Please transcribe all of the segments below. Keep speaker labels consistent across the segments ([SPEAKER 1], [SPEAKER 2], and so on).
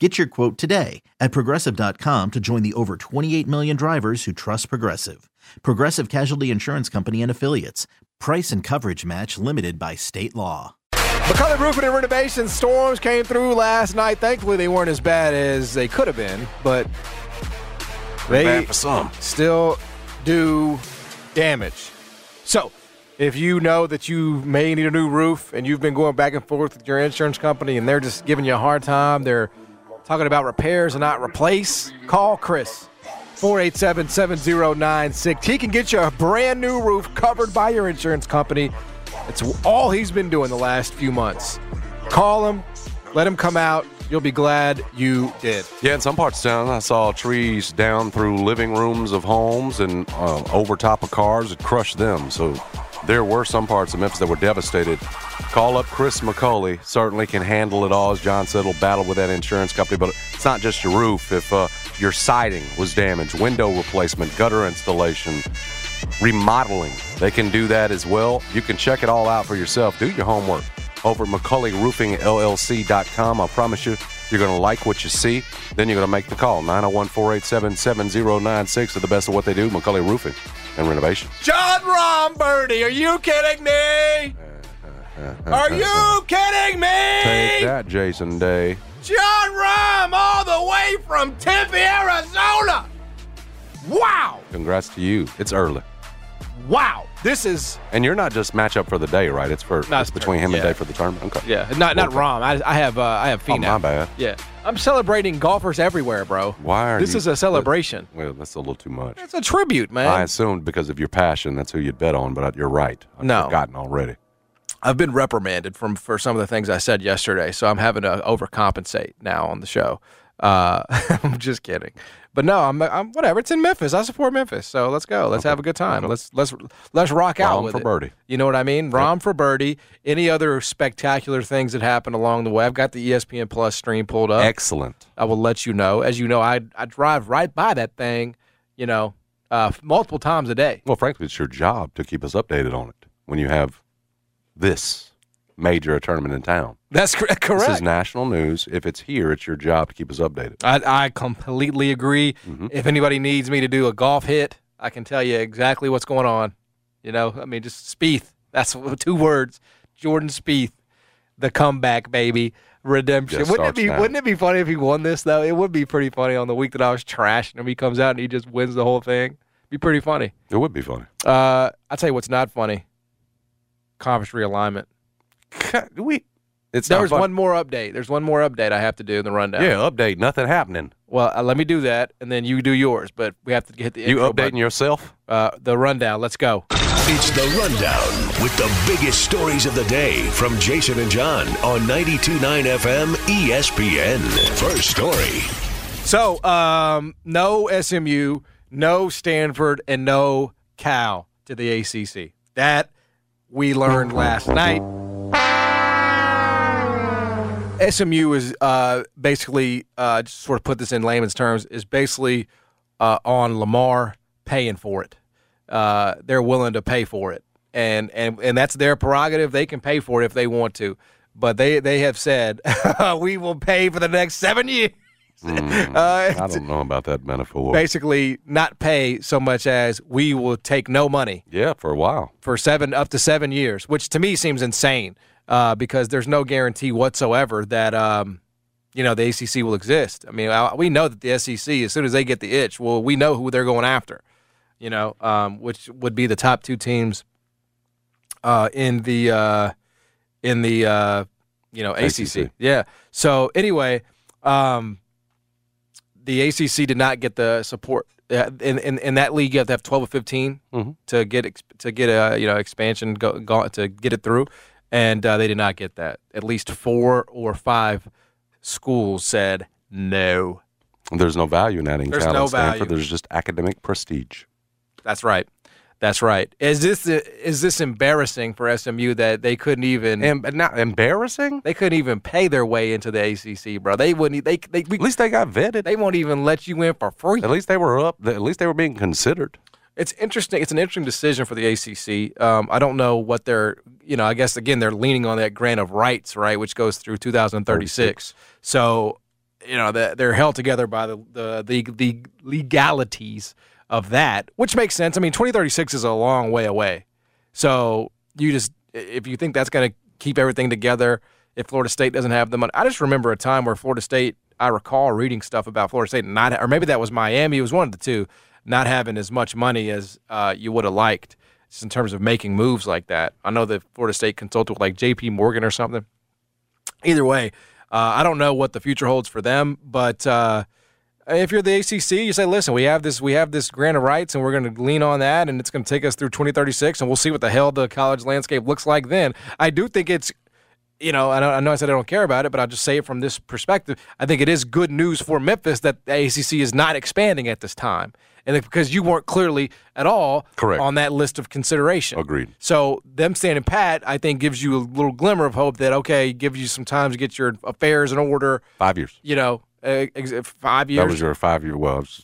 [SPEAKER 1] Get your quote today at progressive.com to join the over 28 million drivers who trust Progressive. Progressive Casualty Insurance Company and Affiliates. Price and coverage match limited by state law.
[SPEAKER 2] McCullough Roofing and Renovation storms came through last night. Thankfully, they weren't as bad as they could have been, but they
[SPEAKER 3] bad for some.
[SPEAKER 2] still do damage. So, if you know that you may need a new roof and you've been going back and forth with your insurance company and they're just giving you a hard time, they're talking about repairs and not replace, call Chris. 487 7096. He can get you a brand new roof covered by your insurance company. It's all he's been doing the last few months. Call him, let him come out. You'll be glad you did.
[SPEAKER 3] Yeah, in some parts of town, I saw trees down through living rooms of homes and uh, over top of cars. It crushed them. So there were some parts of Memphis that were devastated. Call up Chris McCauley. Certainly can handle it all. As John said, will battle with that insurance company. But it's not just your roof. If uh, your siding was damaged, window replacement, gutter installation, remodeling, they can do that as well. You can check it all out for yourself. Do your homework over at McCauleyRoofingLLC.com. I promise you, you're going to like what you see. Then you're going to make the call 901 487 7096 are the best of what they do, McCauley Roofing and Renovation.
[SPEAKER 2] John Romberti, are you kidding
[SPEAKER 3] Uh,
[SPEAKER 2] me? Are you kidding
[SPEAKER 3] Take
[SPEAKER 2] me?
[SPEAKER 3] that, Jason Day.
[SPEAKER 2] John Rahm all the way from Tempe, Arizona. Wow.
[SPEAKER 3] Congrats to you. It's early.
[SPEAKER 2] Wow. This is
[SPEAKER 3] And you're not just matchup for the day, right? It's for
[SPEAKER 2] No,
[SPEAKER 3] it's
[SPEAKER 2] it's
[SPEAKER 3] between him
[SPEAKER 2] tournament,
[SPEAKER 3] and
[SPEAKER 2] yeah.
[SPEAKER 3] Day for the tournament. Okay.
[SPEAKER 2] yeah, not not Rom. I, I have uh, I have
[SPEAKER 3] Oh,
[SPEAKER 2] Phenom.
[SPEAKER 3] my bad.
[SPEAKER 2] Yeah. I'm celebrating golfers everywhere, bro.
[SPEAKER 3] Why are
[SPEAKER 2] This
[SPEAKER 3] you-
[SPEAKER 2] is a celebration.
[SPEAKER 3] Well, that's a little too much.
[SPEAKER 2] It's a tribute, man.
[SPEAKER 3] I assumed because of your passion, that's who you'd bet on, but you're right. I've
[SPEAKER 2] No.
[SPEAKER 3] forgotten already.
[SPEAKER 2] I've been reprimanded from for some of the things I said yesterday, so I'm having to overcompensate now on the show. Uh, I'm just kidding, but no, I'm, I'm whatever. It's in Memphis. I support Memphis, so let's go. Let's have a good time. Let's let's let's rock out
[SPEAKER 3] Rom
[SPEAKER 2] with
[SPEAKER 3] for
[SPEAKER 2] it.
[SPEAKER 3] birdie.
[SPEAKER 2] You know what I mean? Rom for birdie. Any other spectacular things that happened along the way? I've got the E ESPN Plus stream pulled up.
[SPEAKER 3] Excellent.
[SPEAKER 2] I will let you know. As you know, I I drive right by that thing, you know, uh, multiple times a day.
[SPEAKER 3] Well, frankly, it's your job to keep us updated on it when you have this major tournament in town.
[SPEAKER 2] That's cor- correct.
[SPEAKER 3] This is national news. If it's here, it's your job to keep us updated.
[SPEAKER 2] I, I completely agree.
[SPEAKER 3] Mm-hmm.
[SPEAKER 2] If anybody needs me to do a golf hit, I can tell you exactly what's going on. You know, I mean, just Spieth. That's what- two words. Jordan Spieth, the comeback baby, redemption.
[SPEAKER 3] Just
[SPEAKER 2] wouldn't it
[SPEAKER 3] starts
[SPEAKER 2] be?
[SPEAKER 3] now.
[SPEAKER 2] Wouldn't it be funny if he won this though? It would be pretty funny on the week that I was trashing him. He comes out and he just wins the whole thing. Be pretty funny.
[SPEAKER 3] It would be funny.
[SPEAKER 2] Uh, I tell you what's not funny. Conference realignment.
[SPEAKER 3] We, it's
[SPEAKER 2] There
[SPEAKER 3] not
[SPEAKER 2] was
[SPEAKER 3] fun-
[SPEAKER 2] one more update. There's one more update I have to do in the rundown.
[SPEAKER 3] Yeah, update. Nothing happening.
[SPEAKER 2] Well, uh, let me do that, and then you do yours. But we have to get the
[SPEAKER 3] You
[SPEAKER 2] intro
[SPEAKER 3] updating
[SPEAKER 2] button.
[SPEAKER 3] yourself?
[SPEAKER 2] uh, the rundown. Let's go.
[SPEAKER 4] It's the rundown with the biggest stories of the day from Jason and John on 92.9 FM ESPN. First story.
[SPEAKER 2] So, um, no SMU, no Stanford, and no Cal to the ACC. That we learned last night. SMU is uh, basically, uh, just sort of put this in layman's terms, is basically uh, on Lamar paying for it. Uh, they're willing to pay for it, and and and that's their prerogative. They can pay for it if they want to, but they they have said we will pay for the next seven years.
[SPEAKER 3] I
[SPEAKER 2] Uh,
[SPEAKER 3] don't know about that metaphor.
[SPEAKER 2] basically, not pay so much as we will take no money
[SPEAKER 3] yeah, for a while.
[SPEAKER 2] for seven up to seven years, which to me seems insane uh, because there's no guarantee whatsoever that um, you know the ACC will exist. I mean, I, we know that the SEC, as soon as they get the itch, well, we know who they're going after. You know, um, which would be the top two teams uh, in the uh, in the uh, you know ACC.
[SPEAKER 3] ACC.
[SPEAKER 2] Yeah. So anyway, um, the ACC did not get the support. Uh, In, in, in that league, you have to have twelve or 15
[SPEAKER 3] Mhm.
[SPEAKER 2] to get ex- to get a you know expansion go, go, to get it through, and uh, they did not get that. At least four or five schools said no.
[SPEAKER 3] There's no value in adding
[SPEAKER 2] There's
[SPEAKER 3] talent.
[SPEAKER 2] no
[SPEAKER 3] Stanford.
[SPEAKER 2] value.
[SPEAKER 3] There's just academic prestige.
[SPEAKER 2] That's right. That's right. Is this is this embarrassing for SMU that they couldn't even
[SPEAKER 3] And and not embarrassing.
[SPEAKER 2] they couldn't even pay their way into the ACC, bro? They wouldn't. e, They they we,
[SPEAKER 3] At least they got vetted.
[SPEAKER 2] they won't even let you in for free.
[SPEAKER 3] At least they were up. At least they were being considered.
[SPEAKER 2] It's interesting. It's an interesting decision for the ACC. Um, I don't know what they're, you know, I guess again they're leaning on that grant of rights, right, which goes through 2036. So, you know, that they're held together by the, the the the legalities of that, which makes sense. I mean, 2036 is a long way away. So you just if you think that's going to keep everything together, if Florida State doesn't have the money, I just remember a time where Florida State. I recall reading stuff about Florida State and not, or maybe that was Miami. It was one of the two, not having as much money as uh, you would have liked, just in terms of making moves like that. I know that Florida State consulted with like J.P. Morgan or something. Either way, uh, I don't know what the future holds for them, but uh, if you're the ACC, you say, listen, we have this, we have this grant of rights, and we're going to lean on that, and it's going to take us through 2036, and we'll see what the hell the college landscape looks like then. I do think it's, you know, I, know- I know I said I don't care about it, but I'll just say it from this perspective. I think it is good news for Memphis that the ACC is not expanding at this time, and that- because you weren't clearly at all
[SPEAKER 3] Correct.
[SPEAKER 2] on that list of consideration.
[SPEAKER 3] Agreed.
[SPEAKER 2] So them standing pat, I think, gives you a little glimmer of hope that okay, gives you some time to get your affairs in order.
[SPEAKER 3] Five years.
[SPEAKER 2] You know, uh, ex- five years.
[SPEAKER 3] That was your five year. Well, I was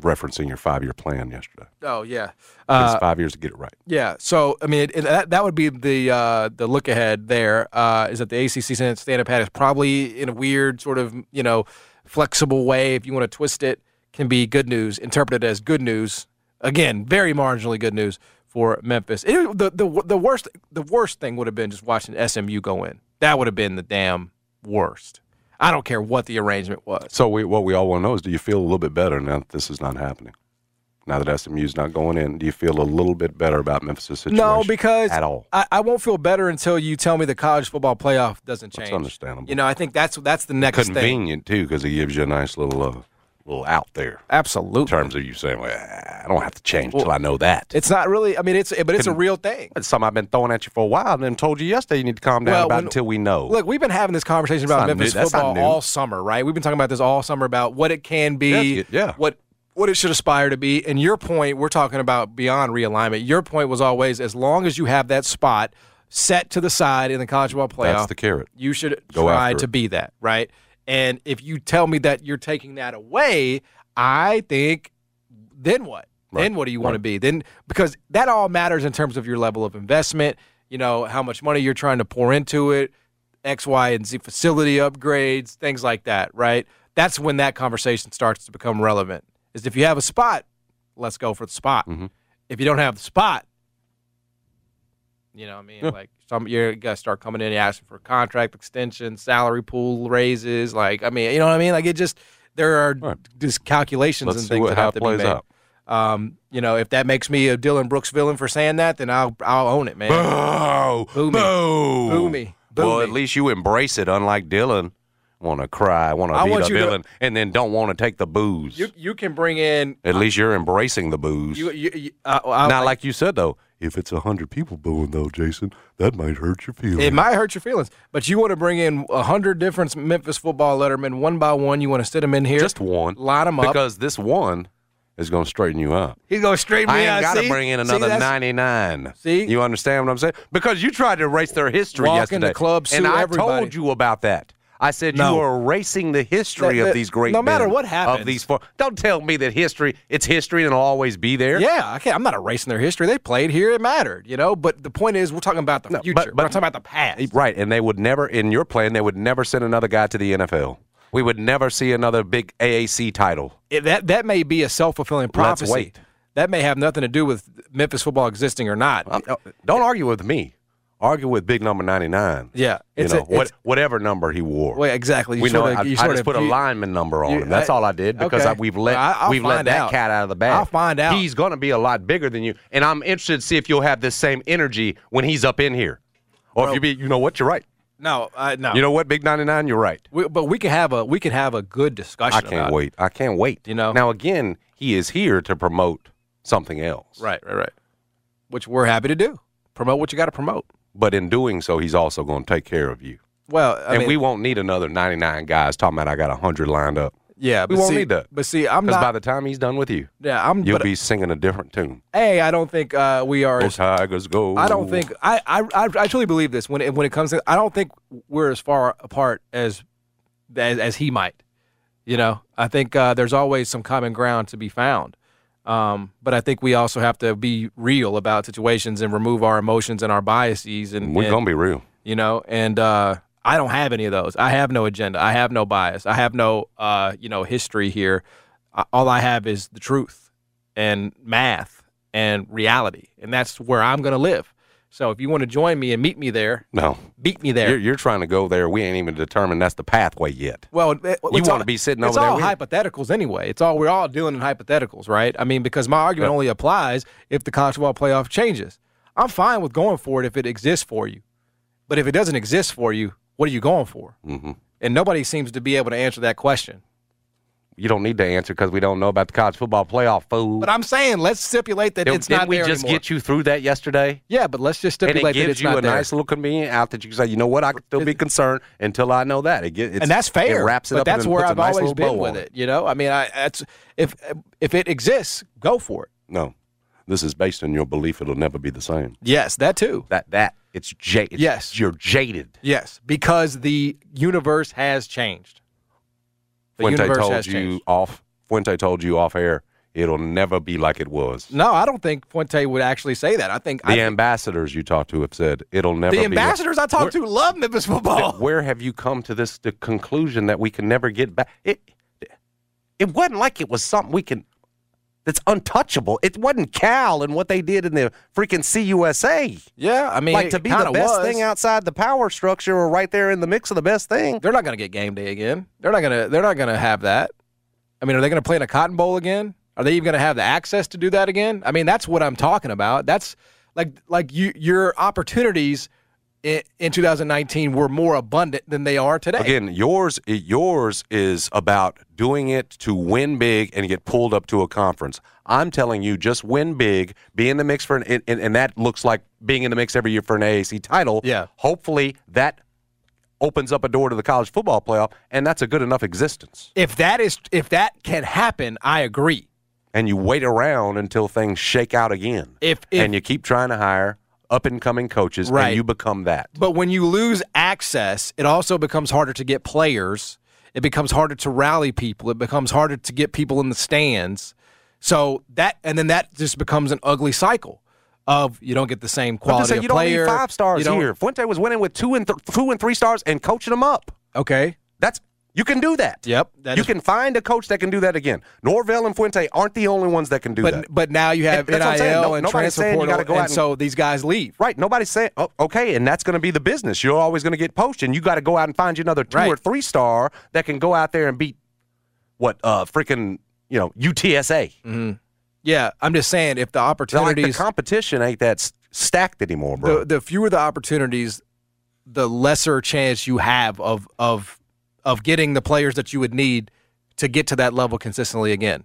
[SPEAKER 3] referencing your five year plan yesterday.
[SPEAKER 2] oh yeah,
[SPEAKER 3] It's
[SPEAKER 2] uh,
[SPEAKER 3] five years to get it right.
[SPEAKER 2] yeah. So I mean, it, it- that, that would be the uh, the look ahead. There uh, is that the ACC stand up hat is probably in a weird sort of you know flexible way, if you want to twist it, can be good news interpreted as good news. Again, very marginally good news for Memphis. It, the, the the worst the worst thing would have been just watching SMU go in. That would have been the damn worst. I don't care what the arrangement was.
[SPEAKER 3] So we, what we all want to know is, do you feel a little bit better now that this is not happening? Now that SMU's not going in, do you feel a little bit better about Memphis' situation?
[SPEAKER 2] No, because
[SPEAKER 3] at all.
[SPEAKER 2] I, I won't feel better until you tell me the college football playoff doesn't change.
[SPEAKER 3] That's understandable.
[SPEAKER 2] You know, I think that's that's the next thing.
[SPEAKER 3] Convenient too, because it gives you a nice little uh, little out there
[SPEAKER 2] Absolutely.
[SPEAKER 3] in terms of you saying, well, I don't have to change until I know that.
[SPEAKER 2] It's not really. I mean, it's but it's a
[SPEAKER 3] Con-
[SPEAKER 2] real thing.
[SPEAKER 3] It's something I've been throwing at you for a while, and then told you yesterday you need to calm down
[SPEAKER 2] Well,
[SPEAKER 3] about
[SPEAKER 2] when-
[SPEAKER 3] until we know.
[SPEAKER 2] Look, we've been having this conversation about
[SPEAKER 3] not
[SPEAKER 2] Memphis
[SPEAKER 3] new- that's not
[SPEAKER 2] football
[SPEAKER 3] new.
[SPEAKER 2] all summer, right? We've been talking about this all summer about what it can be,
[SPEAKER 3] Yes, yeah.
[SPEAKER 2] what what it should aspire to be. And your point, we're talking about beyond realignment. Your point was always as long as you have that spot set to the side in the college football playoff,
[SPEAKER 3] That's the carrot.
[SPEAKER 2] you should
[SPEAKER 3] Go
[SPEAKER 2] try
[SPEAKER 3] after
[SPEAKER 2] to
[SPEAKER 3] it.
[SPEAKER 2] be that, right? And if you tell me that you're taking that away, I think then what? Then
[SPEAKER 3] Right,
[SPEAKER 2] what do you
[SPEAKER 3] right.
[SPEAKER 2] want to be? Then because that all matters in terms of your level of investment, you know, how much money you're trying to pour into it, X, Y, and Z facility upgrades, things like that, right? That's when that conversation starts to become relevant. Is if you have a spot, let's go for the spot.
[SPEAKER 3] Mhm.
[SPEAKER 2] If you don't have the spot, you know what I mean?
[SPEAKER 3] Yeah.
[SPEAKER 2] Like some you're gonna start coming in and asking for contract extension, salary pool raises, like I mean, you know what I mean? Like it just there are
[SPEAKER 3] Right.
[SPEAKER 2] just calculations
[SPEAKER 3] Let's
[SPEAKER 2] and
[SPEAKER 3] see
[SPEAKER 2] things
[SPEAKER 3] what,
[SPEAKER 2] that
[SPEAKER 3] how
[SPEAKER 2] have
[SPEAKER 3] it
[SPEAKER 2] to
[SPEAKER 3] plays
[SPEAKER 2] be made.
[SPEAKER 3] out.
[SPEAKER 2] Um, you know, if that makes me a Dylan Brooks villain for saying that, then I'll I'll own it, man.
[SPEAKER 3] Boo!
[SPEAKER 2] Boo me.
[SPEAKER 3] Boo!
[SPEAKER 2] Boo me. Boo
[SPEAKER 3] well,
[SPEAKER 2] me.
[SPEAKER 3] at least you embrace it, unlike Dylan. Want to cry, want
[SPEAKER 2] I
[SPEAKER 3] to be
[SPEAKER 2] want
[SPEAKER 3] the
[SPEAKER 2] you to-
[SPEAKER 3] villain, and then don't want to take the booze.
[SPEAKER 2] You you can bring in
[SPEAKER 3] at least you're embracing the booze.
[SPEAKER 2] you you, you uh, I-
[SPEAKER 3] Not like you said, though. If it's 100 people booing, though, Jason, that might hurt your feelings.
[SPEAKER 2] It might hurt your feelings, but you want to bring in a hundred different Memphis football lettermen one by one. You want to sit them in here,
[SPEAKER 3] Just one.
[SPEAKER 2] line them up.
[SPEAKER 3] Because this one is going to straighten you up.
[SPEAKER 2] He's gonna straighten
[SPEAKER 3] I
[SPEAKER 2] me
[SPEAKER 3] ain't
[SPEAKER 2] out.
[SPEAKER 3] got to
[SPEAKER 2] See?
[SPEAKER 3] bring in
[SPEAKER 2] See,
[SPEAKER 3] another
[SPEAKER 2] that's-
[SPEAKER 3] 99.
[SPEAKER 2] See?
[SPEAKER 3] You understand what I'm saying? Because you tried to erase their history
[SPEAKER 2] Walk in
[SPEAKER 3] yesterday.
[SPEAKER 2] the club, sue
[SPEAKER 3] and I
[SPEAKER 2] everybody.
[SPEAKER 3] told you about that. I said
[SPEAKER 2] No.
[SPEAKER 3] you are erasing the history
[SPEAKER 2] That-
[SPEAKER 3] of
[SPEAKER 2] that-
[SPEAKER 3] these great
[SPEAKER 2] no matter
[SPEAKER 3] men,
[SPEAKER 2] what happens.
[SPEAKER 3] Of these four. Don't tell me that history, it's history and it'll always be there.
[SPEAKER 2] Yeah, I can't, I'm not erasing their history. They played here; it mattered, you know. But the point is, we're talking about the
[SPEAKER 3] No, but-
[SPEAKER 2] future.
[SPEAKER 3] but-
[SPEAKER 2] we're not talking about the past.
[SPEAKER 3] Right. And they would never, in your plan, they would never send another guy to the NFL. We would never see another big AAC title.
[SPEAKER 2] It- that that may be a self fulfilling prophecy.
[SPEAKER 3] wait.
[SPEAKER 2] That may have nothing to do with Memphis football existing or not.
[SPEAKER 3] I'm- don't uh, argue with me. argue with big number 99.
[SPEAKER 2] Yeah,
[SPEAKER 3] You
[SPEAKER 2] it's
[SPEAKER 3] know,
[SPEAKER 2] a-
[SPEAKER 3] what,
[SPEAKER 2] it's-
[SPEAKER 3] whatever number he wore.
[SPEAKER 2] Well, exactly. You
[SPEAKER 3] we know.
[SPEAKER 2] sorta-
[SPEAKER 3] I,
[SPEAKER 2] you
[SPEAKER 3] I
[SPEAKER 2] sorta
[SPEAKER 3] just put a
[SPEAKER 2] beat-
[SPEAKER 3] lineman number on
[SPEAKER 2] You-
[SPEAKER 3] him. That's
[SPEAKER 2] I-
[SPEAKER 3] all I did because
[SPEAKER 2] okay.
[SPEAKER 3] I, we've let
[SPEAKER 2] I- I'll
[SPEAKER 3] we've let
[SPEAKER 2] find
[SPEAKER 3] that
[SPEAKER 2] out.
[SPEAKER 3] cat out of the bag.
[SPEAKER 2] I'll find out.
[SPEAKER 3] He's going to be a lot bigger than you, and I'm interested to see if you'll have this same energy when he's up in here, or if you be. You know what? You're right.
[SPEAKER 2] No, I, no.
[SPEAKER 3] You know what? Big 99. You're right.
[SPEAKER 2] we, but we can have a we can have a good discussion.
[SPEAKER 3] I can't
[SPEAKER 2] about it.
[SPEAKER 3] wait. I can't wait.
[SPEAKER 2] You know?
[SPEAKER 3] Now again, he is here to promote something else.
[SPEAKER 2] Right, right, right. Which we're happy to do. Promote what you got to promote.
[SPEAKER 3] But in doing so, he's also going to take care of you.
[SPEAKER 2] Well, I
[SPEAKER 3] and
[SPEAKER 2] mean,
[SPEAKER 3] we won't need another 99 guys talking about I got 100 lined up.
[SPEAKER 2] yeah,
[SPEAKER 3] we
[SPEAKER 2] but
[SPEAKER 3] won't
[SPEAKER 2] see-
[SPEAKER 3] need that.
[SPEAKER 2] But see, I'm
[SPEAKER 3] Because
[SPEAKER 2] not.
[SPEAKER 3] by the time he's done with you,
[SPEAKER 2] yeah, I'm.
[SPEAKER 3] you'll
[SPEAKER 2] But, uh,
[SPEAKER 3] be singing a different tune.
[SPEAKER 2] hey, I don't think uh, we are.
[SPEAKER 3] Go
[SPEAKER 2] as-
[SPEAKER 3] Tigers, go.
[SPEAKER 2] I don't think I, I I I truly believe this when it, when it comes to I don't think we're as far apart as as, as he might. You know, I think uh, there's always some common ground to be found. Um, but I think we also have to be real about situations and remove our emotions and our biases and,
[SPEAKER 3] We're
[SPEAKER 2] and-
[SPEAKER 3] going to be real.
[SPEAKER 2] you know and uh i don't have any of those i have no agenda i have no bias i have no uh you know history here I, all i have is the truth and math and reality and that's where i'm going to live so if you want to join me and meet me there
[SPEAKER 3] No.
[SPEAKER 2] beat me there
[SPEAKER 3] You're, you're trying to go there. We ain't even determined that's the pathway yet.
[SPEAKER 2] well, it- it's
[SPEAKER 3] wanna
[SPEAKER 2] all-
[SPEAKER 3] be sitting
[SPEAKER 2] it's
[SPEAKER 3] over there
[SPEAKER 2] all
[SPEAKER 3] with-
[SPEAKER 2] hypotheticals anyway. It's all we're all doing in hypotheticals, right? I mean, because my argument only applies if the college football playoff changes. I'm fine with going for it if it exists for you, but if it doesn't exist for you, what are you going for?
[SPEAKER 3] Mhm.
[SPEAKER 2] And nobody seems to be able to answer that question.
[SPEAKER 3] You don't need to answer because we don't know about the college football playoff, fool.
[SPEAKER 2] But I'm saying let's stipulate that
[SPEAKER 3] Didn't-
[SPEAKER 2] it's not
[SPEAKER 3] didn't we
[SPEAKER 2] there
[SPEAKER 3] just
[SPEAKER 2] anymore.
[SPEAKER 3] get you through that yesterday?
[SPEAKER 2] yeah, but let's just
[SPEAKER 3] And
[SPEAKER 2] stipulate
[SPEAKER 3] it
[SPEAKER 2] that
[SPEAKER 3] gives
[SPEAKER 2] it's
[SPEAKER 3] you
[SPEAKER 2] not
[SPEAKER 3] a
[SPEAKER 2] there.
[SPEAKER 3] nice little convenient out that you can say, you know what, I can still be concerned until I know that. It gets, it's,
[SPEAKER 2] and that's fair.
[SPEAKER 3] It wraps it
[SPEAKER 2] but
[SPEAKER 3] up.
[SPEAKER 2] that's
[SPEAKER 3] and then
[SPEAKER 2] where
[SPEAKER 3] puts a
[SPEAKER 2] I've
[SPEAKER 3] nice
[SPEAKER 2] always
[SPEAKER 3] little bow
[SPEAKER 2] been with
[SPEAKER 3] on
[SPEAKER 2] it. You know, I mean, I that's if if it exists, go for it.
[SPEAKER 3] No, this is based on your belief it'll never be the same.
[SPEAKER 2] Yes, that too.
[SPEAKER 3] That that it's jaded.
[SPEAKER 2] Yes.
[SPEAKER 3] you're jaded.
[SPEAKER 2] Yes, because the universe has changed. The
[SPEAKER 3] Fuente
[SPEAKER 2] universe
[SPEAKER 3] told
[SPEAKER 2] has
[SPEAKER 3] you
[SPEAKER 2] changed.
[SPEAKER 3] off. Fuente told you off air. It'll never be like it was.
[SPEAKER 2] No, I don't think Fuente would actually say that. I think
[SPEAKER 3] The
[SPEAKER 2] I,
[SPEAKER 3] ambassadors you talked to have said it'll never.
[SPEAKER 2] the Oh.
[SPEAKER 3] be
[SPEAKER 2] ambassadors I talked to love Memphis
[SPEAKER 3] Like,
[SPEAKER 2] football.
[SPEAKER 3] where have you come to this the conclusion that we can never get back? It it wasn't like it was something we can. That's untouchable. It wasn't Cal and what they did in the freaking CUSA.
[SPEAKER 2] Yeah, I mean,
[SPEAKER 3] like
[SPEAKER 2] it
[SPEAKER 3] to be the
[SPEAKER 2] kinda
[SPEAKER 3] best
[SPEAKER 2] was.
[SPEAKER 3] thing outside the power structure or right there in the mix of the best thing.
[SPEAKER 2] They're not going to get game day again. They're not going to. They're not going to have that. I mean, are they going to play in a Cotton Bowl again? Are they even going to have the access to do that again? I mean, that's what I'm talking about. That's like like you your opportunities in, in 2019 were more abundant than they are today.
[SPEAKER 3] Again, yours i- yours is about doing it to win big and get pulled up to a conference. I'm telling you, just win big, be in the mix for an, and, and- and that looks like being in the mix every year for an AAC title.
[SPEAKER 2] Yeah.
[SPEAKER 3] Hopefully that opens up a door to the college football playoff, and that's a good enough existence.
[SPEAKER 2] If that is if that can happen, I agree.
[SPEAKER 3] And you wait around until things shake out again.
[SPEAKER 2] If- if-
[SPEAKER 3] and you keep trying to hire up and coming coaches,
[SPEAKER 2] Right.
[SPEAKER 3] and you become that.
[SPEAKER 2] But when you lose access, it also becomes harder to get players. It becomes harder to rally people. It becomes harder to get people in the stands. So that and then that just becomes an ugly cycle of you don't get the same
[SPEAKER 3] I'm
[SPEAKER 2] quality
[SPEAKER 3] just saying,
[SPEAKER 2] of
[SPEAKER 3] you
[SPEAKER 2] player.
[SPEAKER 3] don't need five
[SPEAKER 2] you
[SPEAKER 3] stars
[SPEAKER 2] don't-
[SPEAKER 3] here. Fuente was winning with two and th- two and three stars and coaching them up.
[SPEAKER 2] Okay.
[SPEAKER 3] That's you can do that.
[SPEAKER 2] Yep. that
[SPEAKER 3] you
[SPEAKER 2] is-
[SPEAKER 3] can find a coach that can do that again. Norvell and Fuente aren't the only ones that can do
[SPEAKER 2] But
[SPEAKER 3] that.
[SPEAKER 2] but now you have
[SPEAKER 3] And that's what I'm saying.
[SPEAKER 2] NIL
[SPEAKER 3] No-
[SPEAKER 2] and
[SPEAKER 3] nobody's
[SPEAKER 2] transfer
[SPEAKER 3] saying you
[SPEAKER 2] portal,
[SPEAKER 3] gotta go
[SPEAKER 2] and,
[SPEAKER 3] out and-
[SPEAKER 2] so these guys leave.
[SPEAKER 3] Right, nobody's saying, oh, okay, and that's going to be the business. You're always going to get poached, and you got to go out and find you another two
[SPEAKER 2] Right.
[SPEAKER 3] or three star that can go out there and beat what uh freaking you know UTSA.
[SPEAKER 2] Mm-hmm. Yeah, I'm just saying if the
[SPEAKER 3] So, like, the
[SPEAKER 2] opportunities
[SPEAKER 3] competition ain't that s- stacked anymore, bro.
[SPEAKER 2] the, the fewer the opportunities, the lesser chance you have of of of getting the players that you would need to get to that level consistently again.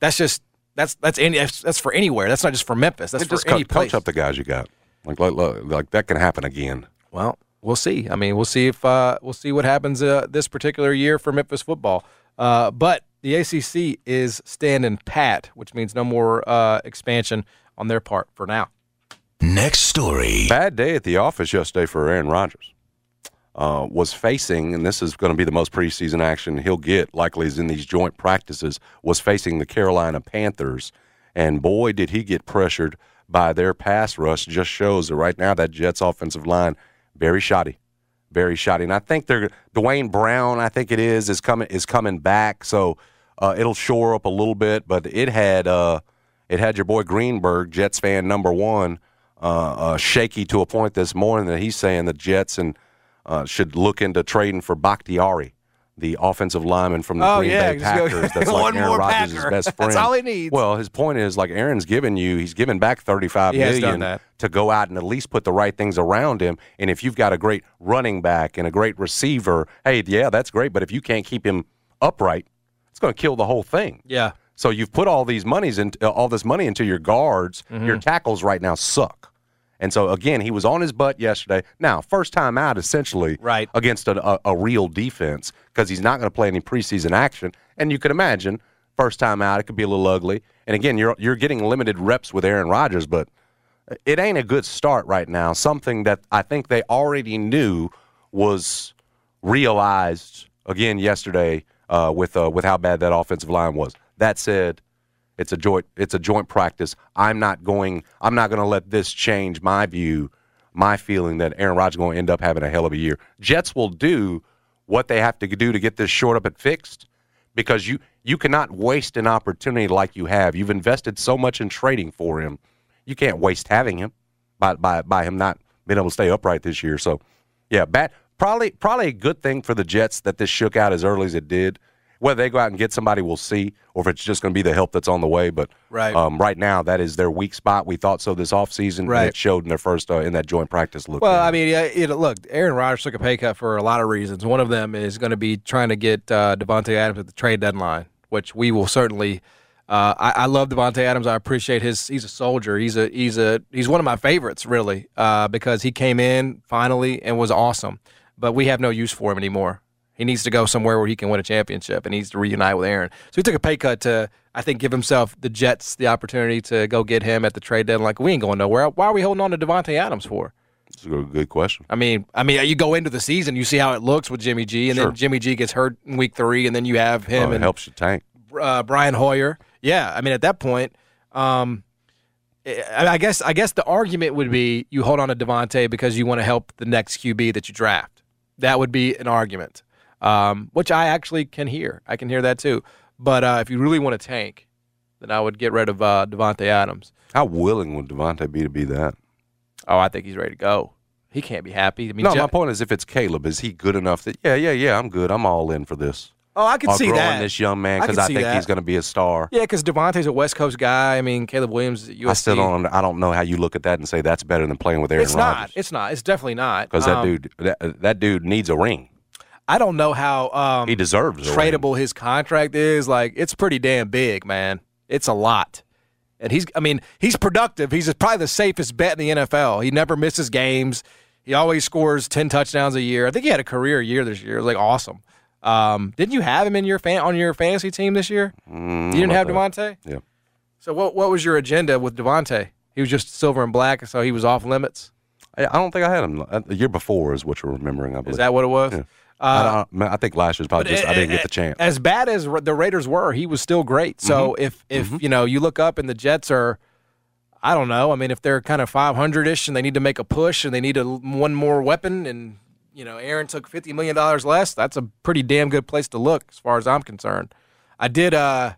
[SPEAKER 2] That's just that's that's any that's, that's for anywhere. That's not just for Memphis. That's
[SPEAKER 3] Hey,
[SPEAKER 2] for
[SPEAKER 3] just
[SPEAKER 2] any
[SPEAKER 3] coach, coach
[SPEAKER 2] place.
[SPEAKER 3] up the guys you got. Like, like, like, like, that can happen again.
[SPEAKER 2] well, we'll see. I mean, we'll see if uh, we'll see what happens uh, this particular year for Memphis football. Uh, but the ACC is standing pat, which means no more uh, expansion on their part for now.
[SPEAKER 4] Next story.
[SPEAKER 3] Bad day at the office yesterday for Aaron Rodgers. Uh, was facing, and this is going to be the most preseason action he'll get, likely is in these joint practices, was facing the Carolina Panthers. And boy, did he get pressured by their pass rush. Just shows that right now that Jets offensive line, very shoddy. Very shoddy. And I think they're Dwayne Brown, I think it is, is coming is coming back. So uh, it'll shore up a little bit, but it had uh, it had your boy Greenberg, Jets fan number one, uh, uh, shaky to a point this morning that he's saying the Jets and uh, should look into trading for Bakhtiari, the offensive lineman from the
[SPEAKER 2] Oh,
[SPEAKER 3] Green
[SPEAKER 2] yeah,
[SPEAKER 3] Bay
[SPEAKER 2] just go-
[SPEAKER 3] Packers. That's like
[SPEAKER 2] One
[SPEAKER 3] Aaron
[SPEAKER 2] more
[SPEAKER 3] Rodgers'
[SPEAKER 2] Packer.
[SPEAKER 3] best
[SPEAKER 2] That's
[SPEAKER 3] friend.
[SPEAKER 2] all he needs.
[SPEAKER 3] Well, his point is like Aaron's given you, he's given back thirty-five
[SPEAKER 2] He has done
[SPEAKER 3] million
[SPEAKER 2] that.
[SPEAKER 3] to go out and at least put the right things around him. And if you've got a great running back and a great receiver, hey, yeah, that's great. But if you can't keep him upright, it's going to kill the whole thing.
[SPEAKER 2] Yeah.
[SPEAKER 3] So you've put all these monies in, uh, all this money into your guards. Your tackles right now suck. And so again, he was on his butt yesterday. Now, first time out essentially
[SPEAKER 2] Right.
[SPEAKER 3] against a, a, a real defense because he's not going to play any preseason action. And you can imagine first time out, it could be a little ugly. And again, you're you're getting limited reps with Aaron Rodgers, but uh, it ain't a good start right now. Something that I think they already knew was realized again yesterday uh, with uh, with how bad that offensive line was. That said, it's a joint it's a joint practice. I'm not going I'm not going to let this change my view, my feeling that Aaron Rodgers going to end up having a hell of a year. Jets will do what they have to do to get this short up and fixed because you you cannot waste an opportunity like you have. You've invested so much in trading for him. You can't waste having him by by by him not being able to stay upright this year. So, yeah, bat probably probably a good thing for the Jets that this shook out as early as it did. Whether they go out and get somebody, we'll see, or if it's just going to be the help that's on the way. But
[SPEAKER 2] Right.
[SPEAKER 3] um, right now, that is their weak spot. We thought so this offseason, and
[SPEAKER 2] Right.
[SPEAKER 3] it showed in their first uh, in that joint practice look.
[SPEAKER 2] Well,
[SPEAKER 3] there.
[SPEAKER 2] I mean, yeah, it, look, Aaron Rodgers took a pay cut for a lot of reasons. One of them is going to be trying to get uh, Devontae Adams at the trade deadline, which we will certainly. Uh, I, I love Devontae Adams. I appreciate his. He's a soldier. He's a he's a he's one of my favorites, really, uh, because he came in finally and was awesome. But we have no use for him anymore. He needs to go somewhere where he can win a championship and he needs to reunite with Aaron. So he took a pay cut to, I think, give himself the Jets the opportunity to go get him at the trade deadline. Like, we ain't going nowhere. Why are we holding on to Devontae Adams for?
[SPEAKER 3] it's a good question.
[SPEAKER 2] I mean, I mean, you go into the season, you see how it looks with Jimmy G, and
[SPEAKER 3] Sure.
[SPEAKER 2] then Jimmy G gets hurt in week three, and then you have him
[SPEAKER 3] Uh, it
[SPEAKER 2] and
[SPEAKER 3] helps you tank.
[SPEAKER 2] uh, Brian Hoyer. Yeah, I mean, at that point, um, I I guess I guess the argument would be you hold on to Devontae because you want to help the next QB that you draft. That would be an argument, um, which I actually can hear. I can hear that too. But uh, if you really want to tank, then I would get rid of uh, Devontae Adams.
[SPEAKER 3] How willing would Devontae be to be that?
[SPEAKER 2] Oh, I think he's ready to go. He can't be happy. I mean,
[SPEAKER 3] no,
[SPEAKER 2] Je-
[SPEAKER 3] my point is, if it's Caleb, is he good enough that yeah, yeah, yeah, I'm good, I'm all in for this.
[SPEAKER 2] oh, I can
[SPEAKER 3] I'm
[SPEAKER 2] see
[SPEAKER 3] growing
[SPEAKER 2] that.
[SPEAKER 3] this young man
[SPEAKER 2] I
[SPEAKER 3] because
[SPEAKER 2] can
[SPEAKER 3] I,
[SPEAKER 2] see
[SPEAKER 3] think
[SPEAKER 2] that.
[SPEAKER 3] he's going to be a star.
[SPEAKER 2] Yeah, because Devontae's a West Coast guy. I mean, Caleb Williams. At USC.
[SPEAKER 3] I still don't. I don't know how you look at that and say that's better than playing with Aaron
[SPEAKER 2] It's not.
[SPEAKER 3] Rodgers
[SPEAKER 2] It's not. It's definitely not.
[SPEAKER 3] because
[SPEAKER 2] Um,
[SPEAKER 3] that dude, that, that dude needs a ring.
[SPEAKER 2] I don't know how um,
[SPEAKER 3] He deserves a ring.
[SPEAKER 2] tradable his contract is. Like, it's pretty damn big, man. It's a lot. And he's, I mean, he's productive. He's probably the safest bet in the NFL. He never misses games. He always scores 10 touchdowns a year. I think he had a career year this year. It was like awesome. Um, didn't you have him in your fan on your fantasy team this year?
[SPEAKER 3] Mm,
[SPEAKER 2] You didn't have
[SPEAKER 3] about that.
[SPEAKER 2] Devontae?
[SPEAKER 3] Yeah.
[SPEAKER 2] So what what was your agenda with Devontae? He was just silver and black, so he was off limits.
[SPEAKER 3] I I don't think I had him uh, the year before. Is what you're remembering? I believe.
[SPEAKER 2] Is that what it was?
[SPEAKER 3] Yeah. I,
[SPEAKER 2] Uh,
[SPEAKER 3] don't- man, I think last year's probably just I didn't get the chance. Mm-hmm.
[SPEAKER 2] As bad as Ra- the Raiders were, he was still great. So if if you know you look up and the Jets are, I don't know. I mean, if they're kind of 500 ish and they need to make a push and they need a, one more weapon, and you know Aaron took 50 million dollars less, that's a pretty damn good place to look as far as I'm concerned. I did. uh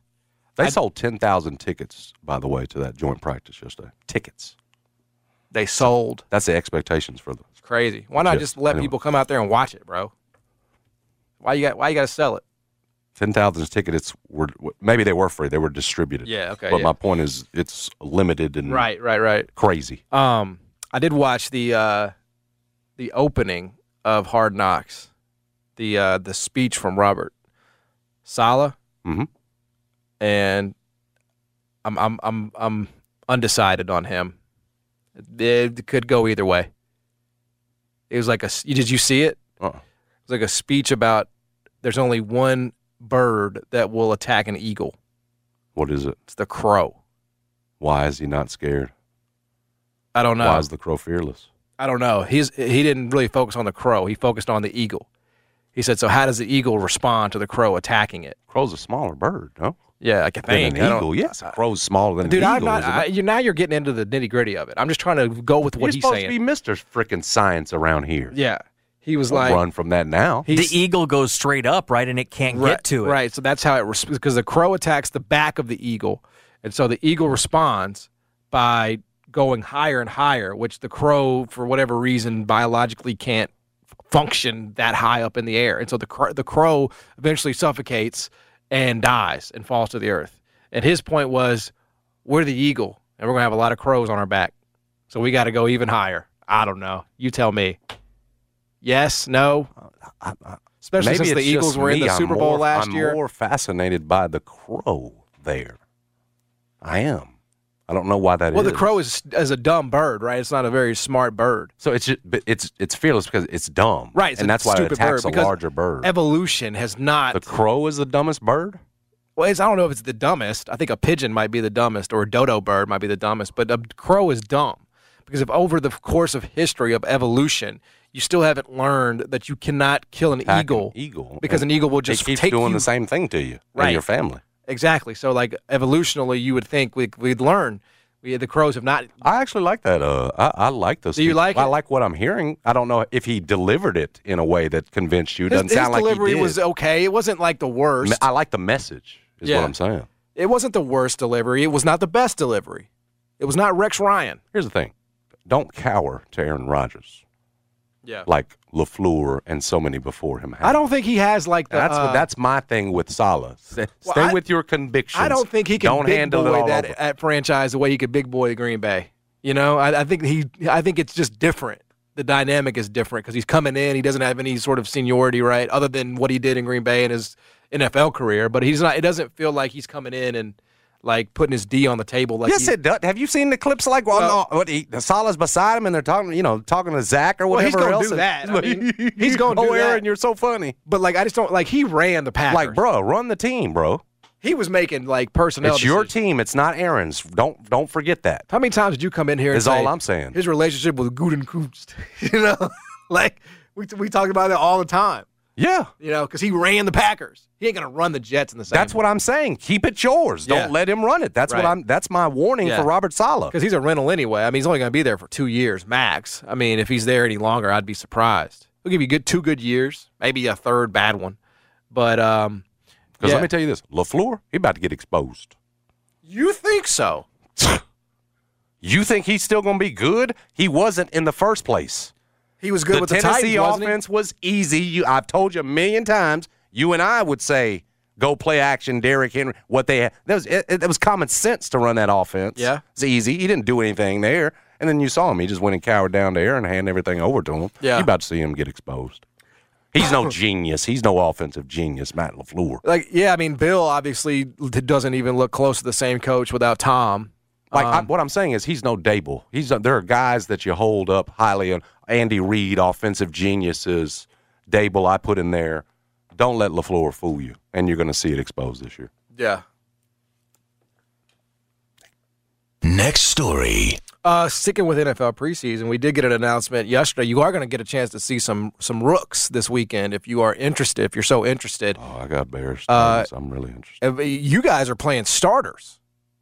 [SPEAKER 3] They sold ten thousand tickets, by the way, to that joint practice yesterday. Tickets.
[SPEAKER 2] They sold.
[SPEAKER 3] That's the expectations for them.
[SPEAKER 2] It's crazy. Why not
[SPEAKER 3] Yeah,
[SPEAKER 2] just let
[SPEAKER 3] anyway.
[SPEAKER 2] people come out there and watch it, bro? Why you got Why you got to sell it?
[SPEAKER 3] Ten thousand tickets were maybe they were free. They were distributed.
[SPEAKER 2] Yeah, okay,
[SPEAKER 3] But
[SPEAKER 2] yeah.
[SPEAKER 3] my point is, it's limited and
[SPEAKER 2] Right, right, right.
[SPEAKER 3] crazy.
[SPEAKER 2] Um, I did watch the uh, the opening of Hard Knocks, the uh, the speech from Robert Sala,
[SPEAKER 3] Mhm.
[SPEAKER 2] and I'm I'm I'm I'm undecided on him. It could go either way. It was like a. s- Did you see it?
[SPEAKER 3] Uh-uh.
[SPEAKER 2] It was like a speech about there's only one bird that will attack an eagle.
[SPEAKER 3] What is it?
[SPEAKER 2] It's the crow.
[SPEAKER 3] Why is he not scared?
[SPEAKER 2] I don't know.
[SPEAKER 3] Why is the crow fearless?
[SPEAKER 2] I don't know. He's he didn't really focus on the crow. He focused on the eagle. He said, "So how does the eagle respond to the crow attacking it?t?"
[SPEAKER 3] Crow's a smaller bird, no?
[SPEAKER 2] Yeah, like a thing.
[SPEAKER 3] than an eagle. Yes, a crow's smaller than
[SPEAKER 2] dude.
[SPEAKER 3] an
[SPEAKER 2] I'm
[SPEAKER 3] eagle.
[SPEAKER 2] not.
[SPEAKER 3] isn't it?
[SPEAKER 2] I, you now you're getting into the nitty gritty of it. I'm just trying to go with what
[SPEAKER 3] You're
[SPEAKER 2] he's
[SPEAKER 3] supposed
[SPEAKER 2] saying.
[SPEAKER 3] to be Mister Frickin' Science around here.
[SPEAKER 2] yeah, he was
[SPEAKER 3] Don't
[SPEAKER 2] like
[SPEAKER 3] run from that now.
[SPEAKER 2] he's-
[SPEAKER 5] the eagle goes straight up, right, and it can't
[SPEAKER 2] right,
[SPEAKER 5] get to it.
[SPEAKER 2] Right. So that's how it responds because the crow attacks the back of the eagle, and so the eagle responds by going higher and higher, which the crow, for whatever reason, biologically can't function that high up in the air. And so the cr- the crow eventually suffocates and dies and falls to the earth. And his point was, we're the eagle, and we're gonna have a lot of crows on our back, so we got to go even higher. I don't know. You tell me. Yes, no. Especially
[SPEAKER 3] Maybe
[SPEAKER 2] since the
[SPEAKER 3] it's just
[SPEAKER 2] Eagles were in
[SPEAKER 3] me.
[SPEAKER 2] the
[SPEAKER 3] I'm
[SPEAKER 2] Super Bowl
[SPEAKER 3] more-
[SPEAKER 2] last
[SPEAKER 3] I'm
[SPEAKER 2] year.
[SPEAKER 3] more fascinated by the crow there. I am. I don't know why that is.
[SPEAKER 2] well, the crow is is a dumb bird, right? It's not a very smart bird.
[SPEAKER 3] So it's just, but it's it's fearless because it's dumb,
[SPEAKER 2] Right, it's
[SPEAKER 3] and
[SPEAKER 2] a
[SPEAKER 3] that's why it
[SPEAKER 2] stupid
[SPEAKER 3] attacks
[SPEAKER 2] bird
[SPEAKER 3] a
[SPEAKER 2] because
[SPEAKER 3] larger bird.
[SPEAKER 2] Evolution has not.
[SPEAKER 3] the crow is the dumbest bird.
[SPEAKER 2] well, it's, I don't know if it's the dumbest. I think a pigeon might be the dumbest, or a dodo bird might be the dumbest. But a crow is dumb because if over the course of history of evolution, you still haven't learned that you cannot kill an
[SPEAKER 3] Attack an
[SPEAKER 2] eagle.
[SPEAKER 3] eagle,
[SPEAKER 2] because an eagle will
[SPEAKER 3] It
[SPEAKER 2] just
[SPEAKER 3] keeps
[SPEAKER 2] take
[SPEAKER 3] doing
[SPEAKER 2] you
[SPEAKER 3] the same thing to you
[SPEAKER 2] Right.
[SPEAKER 3] and your family.
[SPEAKER 2] exactly. So, like evolutionally, you would think we, we'd learn. We, the crows have not
[SPEAKER 3] I actually like that. Uh, I, I like those.
[SPEAKER 2] Do you
[SPEAKER 3] people.
[SPEAKER 2] like
[SPEAKER 3] I
[SPEAKER 2] it?
[SPEAKER 3] like what I'm hearing. I don't know if he delivered it in a way that convinced you.
[SPEAKER 2] His,
[SPEAKER 3] Doesn't
[SPEAKER 2] his
[SPEAKER 3] sound like he
[SPEAKER 2] delivery
[SPEAKER 3] did.
[SPEAKER 2] was okay. It wasn't like the worst.
[SPEAKER 3] I like the message. Is
[SPEAKER 2] Yeah.
[SPEAKER 3] what I'm saying.
[SPEAKER 2] it wasn't the worst delivery. It was not the best delivery. It was not Rex Ryan.
[SPEAKER 3] Here's the thing: don't cower to Aaron Rodgers
[SPEAKER 2] Yeah.
[SPEAKER 3] like Lafleur and so many before him.
[SPEAKER 2] I don't think he has like the.
[SPEAKER 3] That's
[SPEAKER 2] uh,
[SPEAKER 3] what, that's my thing with Salah. S-
[SPEAKER 2] Well,
[SPEAKER 3] Stay
[SPEAKER 2] I-
[SPEAKER 3] with your convictions.
[SPEAKER 2] I don't think he can
[SPEAKER 3] Don't
[SPEAKER 2] big
[SPEAKER 3] handle
[SPEAKER 2] boy
[SPEAKER 3] it all
[SPEAKER 2] that
[SPEAKER 3] over.
[SPEAKER 2] at franchise the way he could big boy Green Bay. You know, I, I think he. I think it's just different. The dynamic is different because he's coming in. He doesn't have any sort of seniority, right? Other than what he did in Green Bay in his NFL career, but he's not. It doesn't feel like he's coming in and like putting his D on the table. Like
[SPEAKER 3] yes,
[SPEAKER 2] he-
[SPEAKER 3] it does. Have you seen the clips like well,
[SPEAKER 2] Well-
[SPEAKER 3] no, what he, Salah's beside him and they're talking, you know, talking to Zach or
[SPEAKER 2] Well, he's
[SPEAKER 3] whatever
[SPEAKER 2] gonna
[SPEAKER 3] else.
[SPEAKER 2] do that. I mean, he's gonna
[SPEAKER 3] Oh,
[SPEAKER 2] do that.
[SPEAKER 3] Aaron, you're so funny.
[SPEAKER 2] But like, I just don't like. He ran the Packers.
[SPEAKER 3] Like, bro, run the team, bro.
[SPEAKER 2] he was making like personnel.
[SPEAKER 3] it's your
[SPEAKER 2] decisions.
[SPEAKER 3] team. It's not Aaron's. Don't don't forget that.
[SPEAKER 2] How many times did you come in here? and
[SPEAKER 3] Is all
[SPEAKER 2] say,
[SPEAKER 3] I'm saying.
[SPEAKER 2] His relationship with Gutenkunst, you know, like we we talk about it all the time,
[SPEAKER 3] Yeah.
[SPEAKER 2] you know, because he ran the Packers. He ain't gonna run the Jets in the same.
[SPEAKER 3] That's what I'm saying. Keep it yours.
[SPEAKER 2] Yeah.
[SPEAKER 3] Don't let him run it. That's
[SPEAKER 2] Right.
[SPEAKER 3] what I'm that's my warning
[SPEAKER 2] Yeah.
[SPEAKER 3] for Robert Sala.
[SPEAKER 2] because he's a rental anyway. I mean, he's only gonna be there for two years max. I mean, if he's there any longer, I'd be surprised. He'll give you good two good years, maybe a third bad one, but um,
[SPEAKER 3] Because
[SPEAKER 2] Yeah.
[SPEAKER 3] let me tell you this, LaFleur, he about to get exposed.
[SPEAKER 2] you think so?
[SPEAKER 3] You think he's still going to be good? He wasn't in the first place.
[SPEAKER 2] He was good
[SPEAKER 3] the
[SPEAKER 2] with
[SPEAKER 3] Tennessee
[SPEAKER 2] the Titans,
[SPEAKER 3] offense was easy. You, I've told you a million times. You and I would say, "Go play action, Derrick Henry." What they had that was it, it was common sense to run that offense.
[SPEAKER 2] Yeah.
[SPEAKER 3] it's easy. He didn't do anything there, and then you saw him. He just went and cowered down to Aaron and handed everything over to him.
[SPEAKER 2] Yeah.
[SPEAKER 3] you about to see him get exposed. He's no genius. He's no offensive genius, Matt Lafleur.
[SPEAKER 2] Like, yeah, I mean, Bill obviously doesn't even look close to the same coach without Tom.
[SPEAKER 3] Like I, what I'm saying is, he's no Dable. He's no, there are guys that you hold up highly. On Andy Reid, offensive geniuses. Dable, I put in there. Don't let Lafleur fool you, and you're going to see it exposed this year.
[SPEAKER 2] Yeah.
[SPEAKER 4] Next story.
[SPEAKER 2] Uh, sticking with NFL preseason, we did get an announcement yesterday. You are going to get a chance to see some some rooks this weekend if you are interested. If you're so interested,
[SPEAKER 3] Oh, I got Bears.
[SPEAKER 2] Uh,
[SPEAKER 3] Titans. I'm really interested.
[SPEAKER 2] Uh, you guys are playing starters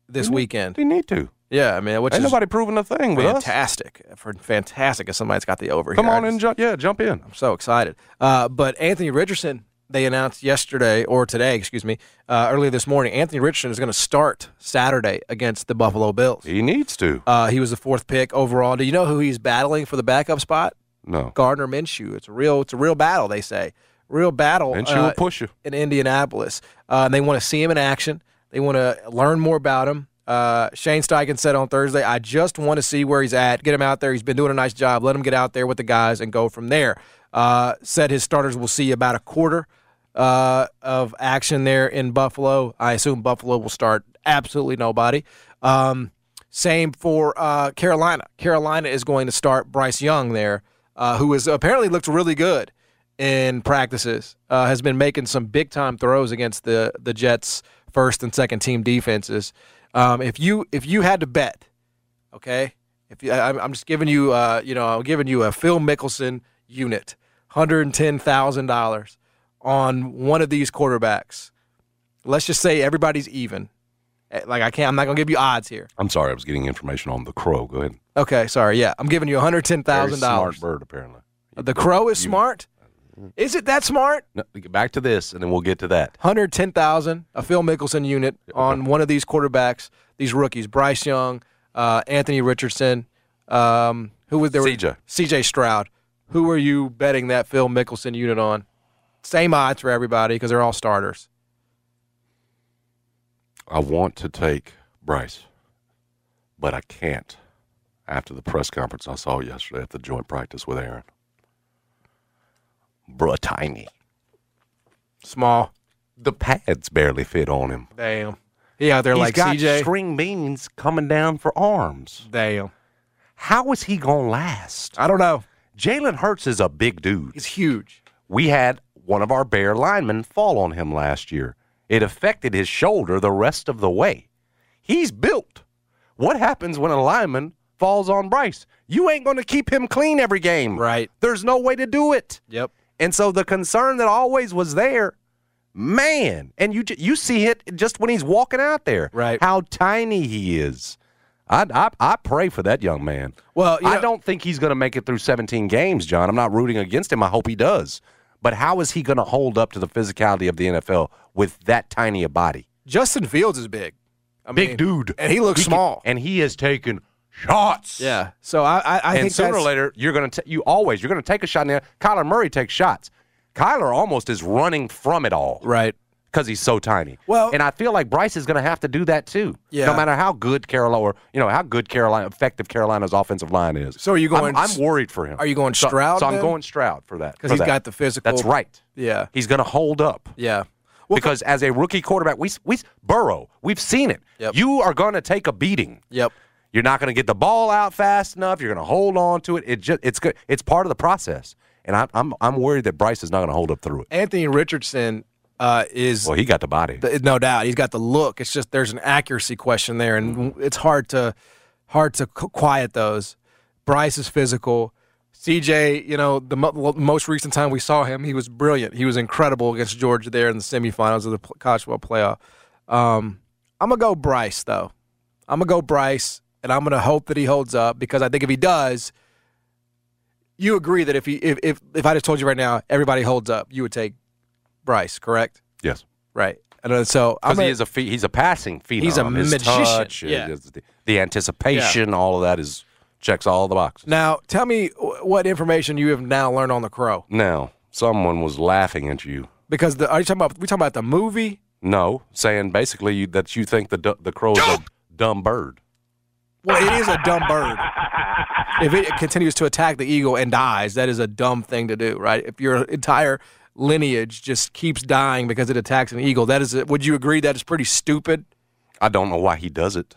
[SPEAKER 2] this weekend.
[SPEAKER 3] They need to.
[SPEAKER 2] Yeah, I mean, which
[SPEAKER 3] Mm-hmm. Ain't
[SPEAKER 2] is
[SPEAKER 3] nobody proving a thing with us.
[SPEAKER 2] fantastic for fantastic. If somebody's got the over
[SPEAKER 3] Come
[SPEAKER 2] here, I
[SPEAKER 3] on
[SPEAKER 2] just-
[SPEAKER 3] in, jump. Yeah, jump in.
[SPEAKER 2] I'm so excited. Uh, but Anthony Richardson, they announced yesterday or today, excuse me, uh, earlier this morning, Anthony Richardson is going to start Saturday against the Buffalo Bills.
[SPEAKER 3] He needs to.
[SPEAKER 2] Uh, he was the fourth pick overall. Do you know who he's battling for the backup spot?
[SPEAKER 3] No,
[SPEAKER 2] Gardner Minshew. It's a real, it's a real battle. They say real battle
[SPEAKER 3] and she will
[SPEAKER 2] uh,
[SPEAKER 3] push you.
[SPEAKER 2] in Indianapolis. Uh, and they want to see him in action. They want to learn more about him. Uh, Shane Steichen said on Thursday, "I just want to see where he's at. Get him out there. He's been doing a nice job. Let him get out there with the guys and go from there." Uh, said his starters will see about a quarter uh, of action there in Buffalo. I assume Buffalo will start absolutely nobody. Um, same for uh, Carolina. Carolina is going to start Bryce Young there, uh, who has apparently looked really good in practices. Uh, has been making some big time throws against the the Jets first and second team defenses. Um, if you if you had to bet, okay, if you, I, I'm- I'm just giving you, uh, you know, I'm giving you a Phil Mickelson unit, hundred and ten thousand dollars on one of these quarterbacks. Let's just say everybody's even. Eh, Like I can't, I'm not gonna give you odds here.
[SPEAKER 3] I'm sorry, I was getting information on the crow. Go ahead.
[SPEAKER 2] Okay, sorry. Yeah, I'm giving you
[SPEAKER 3] Very
[SPEAKER 2] $110,000.
[SPEAKER 3] Smart bird, apparently.
[SPEAKER 2] The crow is
[SPEAKER 3] You-
[SPEAKER 2] smart. Is it that smart?
[SPEAKER 3] No, get back to this, and then we'll get to that.
[SPEAKER 2] 110,000, a Phil Mickelson unit on one of these quarterbacks, these rookies, Bryce Young, uh, Anthony Richardson. Um, who was there?
[SPEAKER 3] CJ.
[SPEAKER 2] CJ Stroud. Who are you betting that Phil Mickelson unit on? Same odds for everybody because they're all starters.
[SPEAKER 3] I want to take Bryce, but I can't after the press conference I saw yesterday at the joint practice with Aaron. Bruh, tiny.
[SPEAKER 2] Small.
[SPEAKER 3] The pads barely fit on him.
[SPEAKER 2] Damn. He out there
[SPEAKER 3] He's
[SPEAKER 2] like
[SPEAKER 3] got
[SPEAKER 2] CJ.
[SPEAKER 3] string beans coming down for arms.
[SPEAKER 2] Damn.
[SPEAKER 3] How is he going to last?
[SPEAKER 2] I don't know.
[SPEAKER 3] Jalen Hurts is a big dude.
[SPEAKER 2] He's huge.
[SPEAKER 3] We had one of our bear linemen fall on him last year. It affected his shoulder the rest of the way. He's built. What happens when a lineman falls on Bryce? You ain't going to keep him clean every game.
[SPEAKER 2] Right.
[SPEAKER 3] There's no way to do it.
[SPEAKER 2] Yep.
[SPEAKER 3] And so the concern that always was there, man, and you ju- you see it just when he's walking out there,
[SPEAKER 2] Right.
[SPEAKER 3] How tiny he is. I I, I pray for that young man.
[SPEAKER 2] Well, you
[SPEAKER 3] I
[SPEAKER 2] know-
[SPEAKER 3] don't think he's going to make it through 17 games, John. I'm not rooting against him. I hope he does. But how is he going to hold up to the physicality of the NFL with that tiny a body?
[SPEAKER 2] Justin Fields is big. I mean,
[SPEAKER 3] Big dude,
[SPEAKER 2] and he looks
[SPEAKER 3] can-
[SPEAKER 2] small.
[SPEAKER 3] and he has taken shots.
[SPEAKER 2] Yeah. So I, I, I
[SPEAKER 3] and
[SPEAKER 2] think
[SPEAKER 3] sooner or
[SPEAKER 2] that's-
[SPEAKER 3] later you're gonna t- you always you're gonna take a shot. Now Kyler Murray takes shots. Kyler almost is running from it all
[SPEAKER 2] Right.
[SPEAKER 3] because he's so tiny.
[SPEAKER 2] Well-
[SPEAKER 3] and I feel like Bryce is gonna have to do that too.
[SPEAKER 2] Yeah.
[SPEAKER 3] No matter how good Carolina or you know how good Carolina effective Carolina's offensive line is.
[SPEAKER 2] So are you
[SPEAKER 3] I'm-
[SPEAKER 2] going-
[SPEAKER 3] I'm, worried for him.
[SPEAKER 2] are you going
[SPEAKER 3] So-
[SPEAKER 2] Stroud
[SPEAKER 3] So, I'm
[SPEAKER 2] then?
[SPEAKER 3] going Stroud for that
[SPEAKER 2] 'Cause
[SPEAKER 3] for
[SPEAKER 2] he's
[SPEAKER 3] that.
[SPEAKER 2] got the physical-
[SPEAKER 3] That's right.
[SPEAKER 2] Yeah.
[SPEAKER 3] He's gonna hold up.
[SPEAKER 2] Yeah. Well,
[SPEAKER 3] because as a rookie quarterback, we s- we s- Burrow, we've seen it.
[SPEAKER 2] Yep.
[SPEAKER 3] You are going to take a beating.
[SPEAKER 2] Yep.
[SPEAKER 3] You're not going to get the ball out fast enough. You're going to hold on to it. It just it's good. It's part of the process, and I'm I'm, I'm worried that Bryce is not going to hold up through it.
[SPEAKER 2] Anthony Richardson uh, is
[SPEAKER 3] Well, he got the body.
[SPEAKER 2] th- no doubt he's got the look. It's just there's an accuracy question there, and it's hard to hard to c- quiet those. Bryce is physical. CJ, you know, the mo- lo- most recent time we saw him, he was brilliant. He was incredible against Georgia there in the semifinals of the pl- college football playoff. Um, I'm gonna go Bryce though. I'm gonna go Bryce, and I'm gonna hope that he holds up because I think if he does, you agree that if he if if, if I just told you right now everybody holds up, you would take Bryce, correct?
[SPEAKER 3] yes,
[SPEAKER 2] Right. And uh, so I'm
[SPEAKER 3] because
[SPEAKER 2] gonna,
[SPEAKER 3] he is a fe- he's a passing phenom.
[SPEAKER 2] He's a
[SPEAKER 3] His
[SPEAKER 2] magician,
[SPEAKER 3] touch,
[SPEAKER 2] yeah.
[SPEAKER 3] his- the, the anticipation, all of that is checks all the boxes.
[SPEAKER 2] now tell me wh- what information you have now learned on the crow
[SPEAKER 3] Now, someone was laughing at you.
[SPEAKER 2] because the, are you talking about we talking about the movie?
[SPEAKER 3] No, saying basically you, that you think the du- the crow is a dumb bird.
[SPEAKER 2] Well, it is a dumb bird. If it continues to attack the eagle and dies, that is a dumb thing to do, right? If your entire lineage just keeps dying because it attacks an eagle, that is. A, would you agree that is pretty stupid?
[SPEAKER 3] I don't know why he does it.